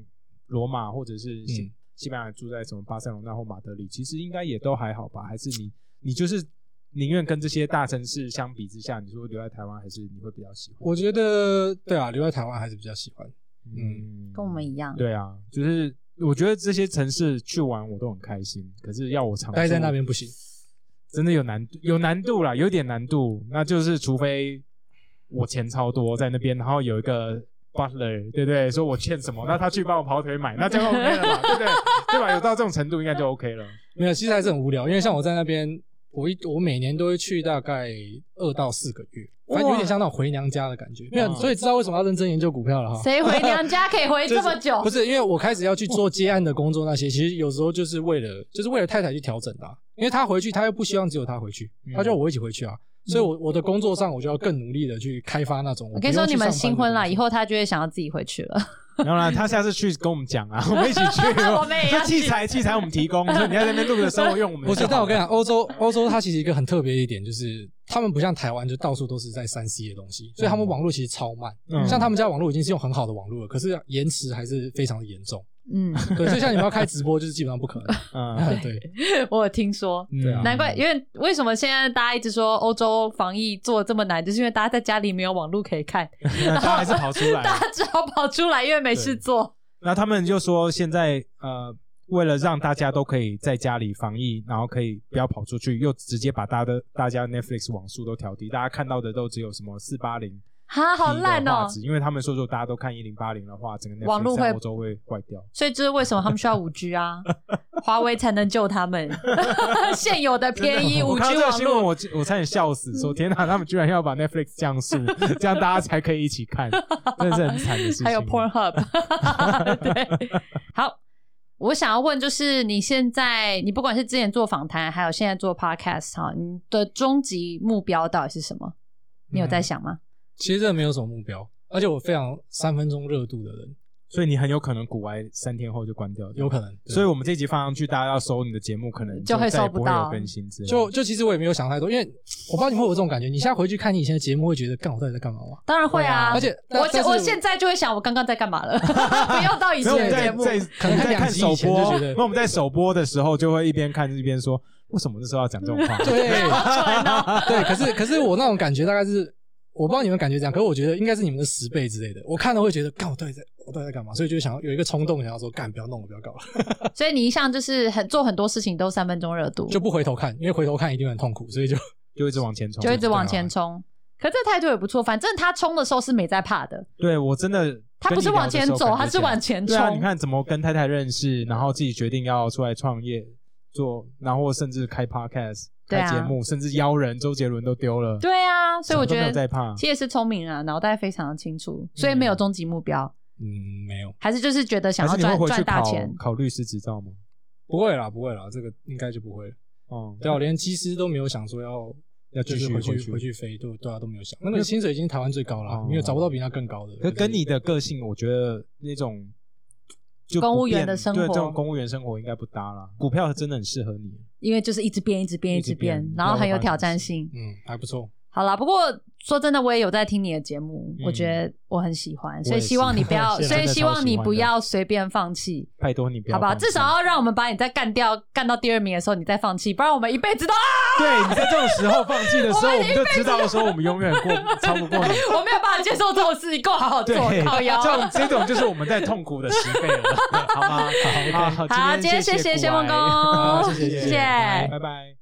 罗马或者是西
嗯
西班牙住在什么巴塞罗那或马德里，其实应该也都还好吧？还是你你就是宁愿跟这些大城市相比之下，你说留在台湾还是你会比较喜欢？
我觉得对啊，留在台湾还是比较喜欢。
嗯，
跟我们一样。
对啊，就是我觉得这些城市去玩我都很开心，可是要我常
待在
住
那边不行，
真的有难度，有难度啦，有点难度。那就是除非我钱超多在那边，然后有一个 butler，对不对？说我欠什么，那他去帮我跑腿买，那这样 OK 了嘛，对不对？对吧？有到这种程度，应该就 OK 了。
没有，其实还是很无聊。因为像我在那边，我一我每年都会去大概二到四个月，反正有点像那种回娘家的感觉。没有，所以知道为什么要认真研究股票了哈。
谁回娘家可以回这么久
不？是因为我开始要去做接案的工作那些，其实有时候就是为了就是为了太太去调整的啊、因为她回去，她又不希望只有她回去，她就要我一起回去啊。所以我，我的工作上，我就要更努力的去开发那种。
我跟你说，
不用去
你们
上班的
新婚啦，
工作
以后他就会想要自己回去了。
然后呢，他下次去跟我们讲啊，我们一起去。
[laughs] 我们也要
那器材器材我们提供，所以你在那边录的时候用我们的
不
就好了。
是，但我跟你讲，欧洲欧洲它其实一个很特别的一点就是，他们不像台湾就到处都是在三 C 的东西，所以他们网络其实超慢。
嗯
像他们家网络已经是用很好的网络了，可是延迟还是非常的
[laughs]
严重。
嗯，
对，所以像你们要开直播，就是基本上不可能。啊
嗯，
对，
[laughs] 我有听说。
嗯
[laughs] 对啊
难怪，因为为什么现在大家一直说欧洲防疫做得这么难，就是因为大家在家里没有网络可以看，
那他还是跑出
[laughs]
来了
大。家只好跑出来，因为没事
对
做。
那他们就说现在呃，为了让大家都可以在家里防疫，然后可以不要跑出去，又直接把大家的大家 Netflix 网速都调低，大家看到的都只有什么四八零
哈，好烂哦、
因为他们说如果大家都看一零八零的话，整个 Netflix
网络会
在欧洲会坏掉。
所以这是为什么他们需要五 G 啊？华为才能救他们，现有的便宜
我
五
看
G
到这个
网
新闻，
络。
我我差点笑死，说天哪，他们居然要把 Netflix 降速，这样大家才可以一起看，真的是很惨的事
[laughs]
情。
还有 Pornhub，对，好，我想要问就是你现在，你不管是之前做访谈，还有现在做 podcast 哈，你的终极目标到底是什么？你有在想吗？
其实真的没有什么目标，而且我非常三分钟热度的人，
所以你很有可能古玩三天后就关掉，
有可。能。对
所以我们这集放上去，大家要搜你的节目，可能
就会
再也
搜不
不会有
到
更新之类的。
就就其实我也没有想太多，因为我不知道你们会有这种感觉。你现在回去看你以前的节目，会觉得干我到底在干嘛吗？
当然会啊，
而且但
我
但是
我现在就会想，我刚刚在干嘛了？不用到以
所以我
前的
们
节
在
目，
[laughs]
[laughs]
在
可能
我们
看
在
两
看
集
首
以前就
播
觉得，
那我们在首播的时候就会一边看一边说，为什么那时候要讲这
[laughs]
种话？
对，
蠢哦
[laughs] 对，可是可是我那种感觉大概是，我不知道你们感觉怎样，可是我觉得应该是你们的十倍之类的。我看了会觉得，干我到底在我到底在干嘛？所以就想要有一个冲动，想要说干不要弄了，不要搞了，
所以你一向就是很做很多事情都三分钟热度，
就不回头看，因为回头看一定很痛苦，所以就
就一啊直往前冲。
就一直往前冲。可这态度也不错，反正他冲的时候是没在怕的，
对我真的，
他不是往前走，他是往。前
对
冲。
啊，你看怎么跟太太认识，然后自己决定要出来创业做，然后甚至开 podcast、
对
开
啊
节目，甚至邀人，周杰伦都丢了。
对啊所以我
什么都
觉
没有在
得
怕。
其实是聪明人啊，脑袋非常的清楚，所以没有终极目标，
嗯没有。
还是就是觉得想
还
要
是你会
赚
回去
赚大
考
钱。
考律师执照吗？
不会啦，不会啦，这个应该就不会了。
哦，
对啊，我连机师都没有想说要
要继续
就是回
回
去
去
回去飞，对对啊都没有想。那个薪水已经台湾最高了
哦
啊，没有找不到比那更高的。
可跟你的个性，我觉得那种就不
公务员
变
的生
对这
活
种公务员生活应该不搭啦。股票真的很适合你，
因为就是一直变，一直变，
一
一
直
直
变
变，然后很有挑战性。
嗯还不错，
好啦，不过说真的，我也有在听你的节目，
嗯
我觉得我很喜欢，所
我也
以
是
希望你不要，
真的
所以希望你
超喜欢的
不要随便放弃，
拜托你不要
好不好？
放弃
至少要让我们把你再干掉，干到第二名的时候你再放弃，不然我们一辈子都啊，
对你在这种时候放弃的时候，我们就知道说我们永远过超不过你。
我没有办法接受这种事情，给我好好做
对，，
靠腰。
这种这种就是我们在痛苦的十倍了，好吗？好，
好，今天
谢
谢谢
谢
谢梦
古埃
工，
谢谢谢谢
谢
拜拜。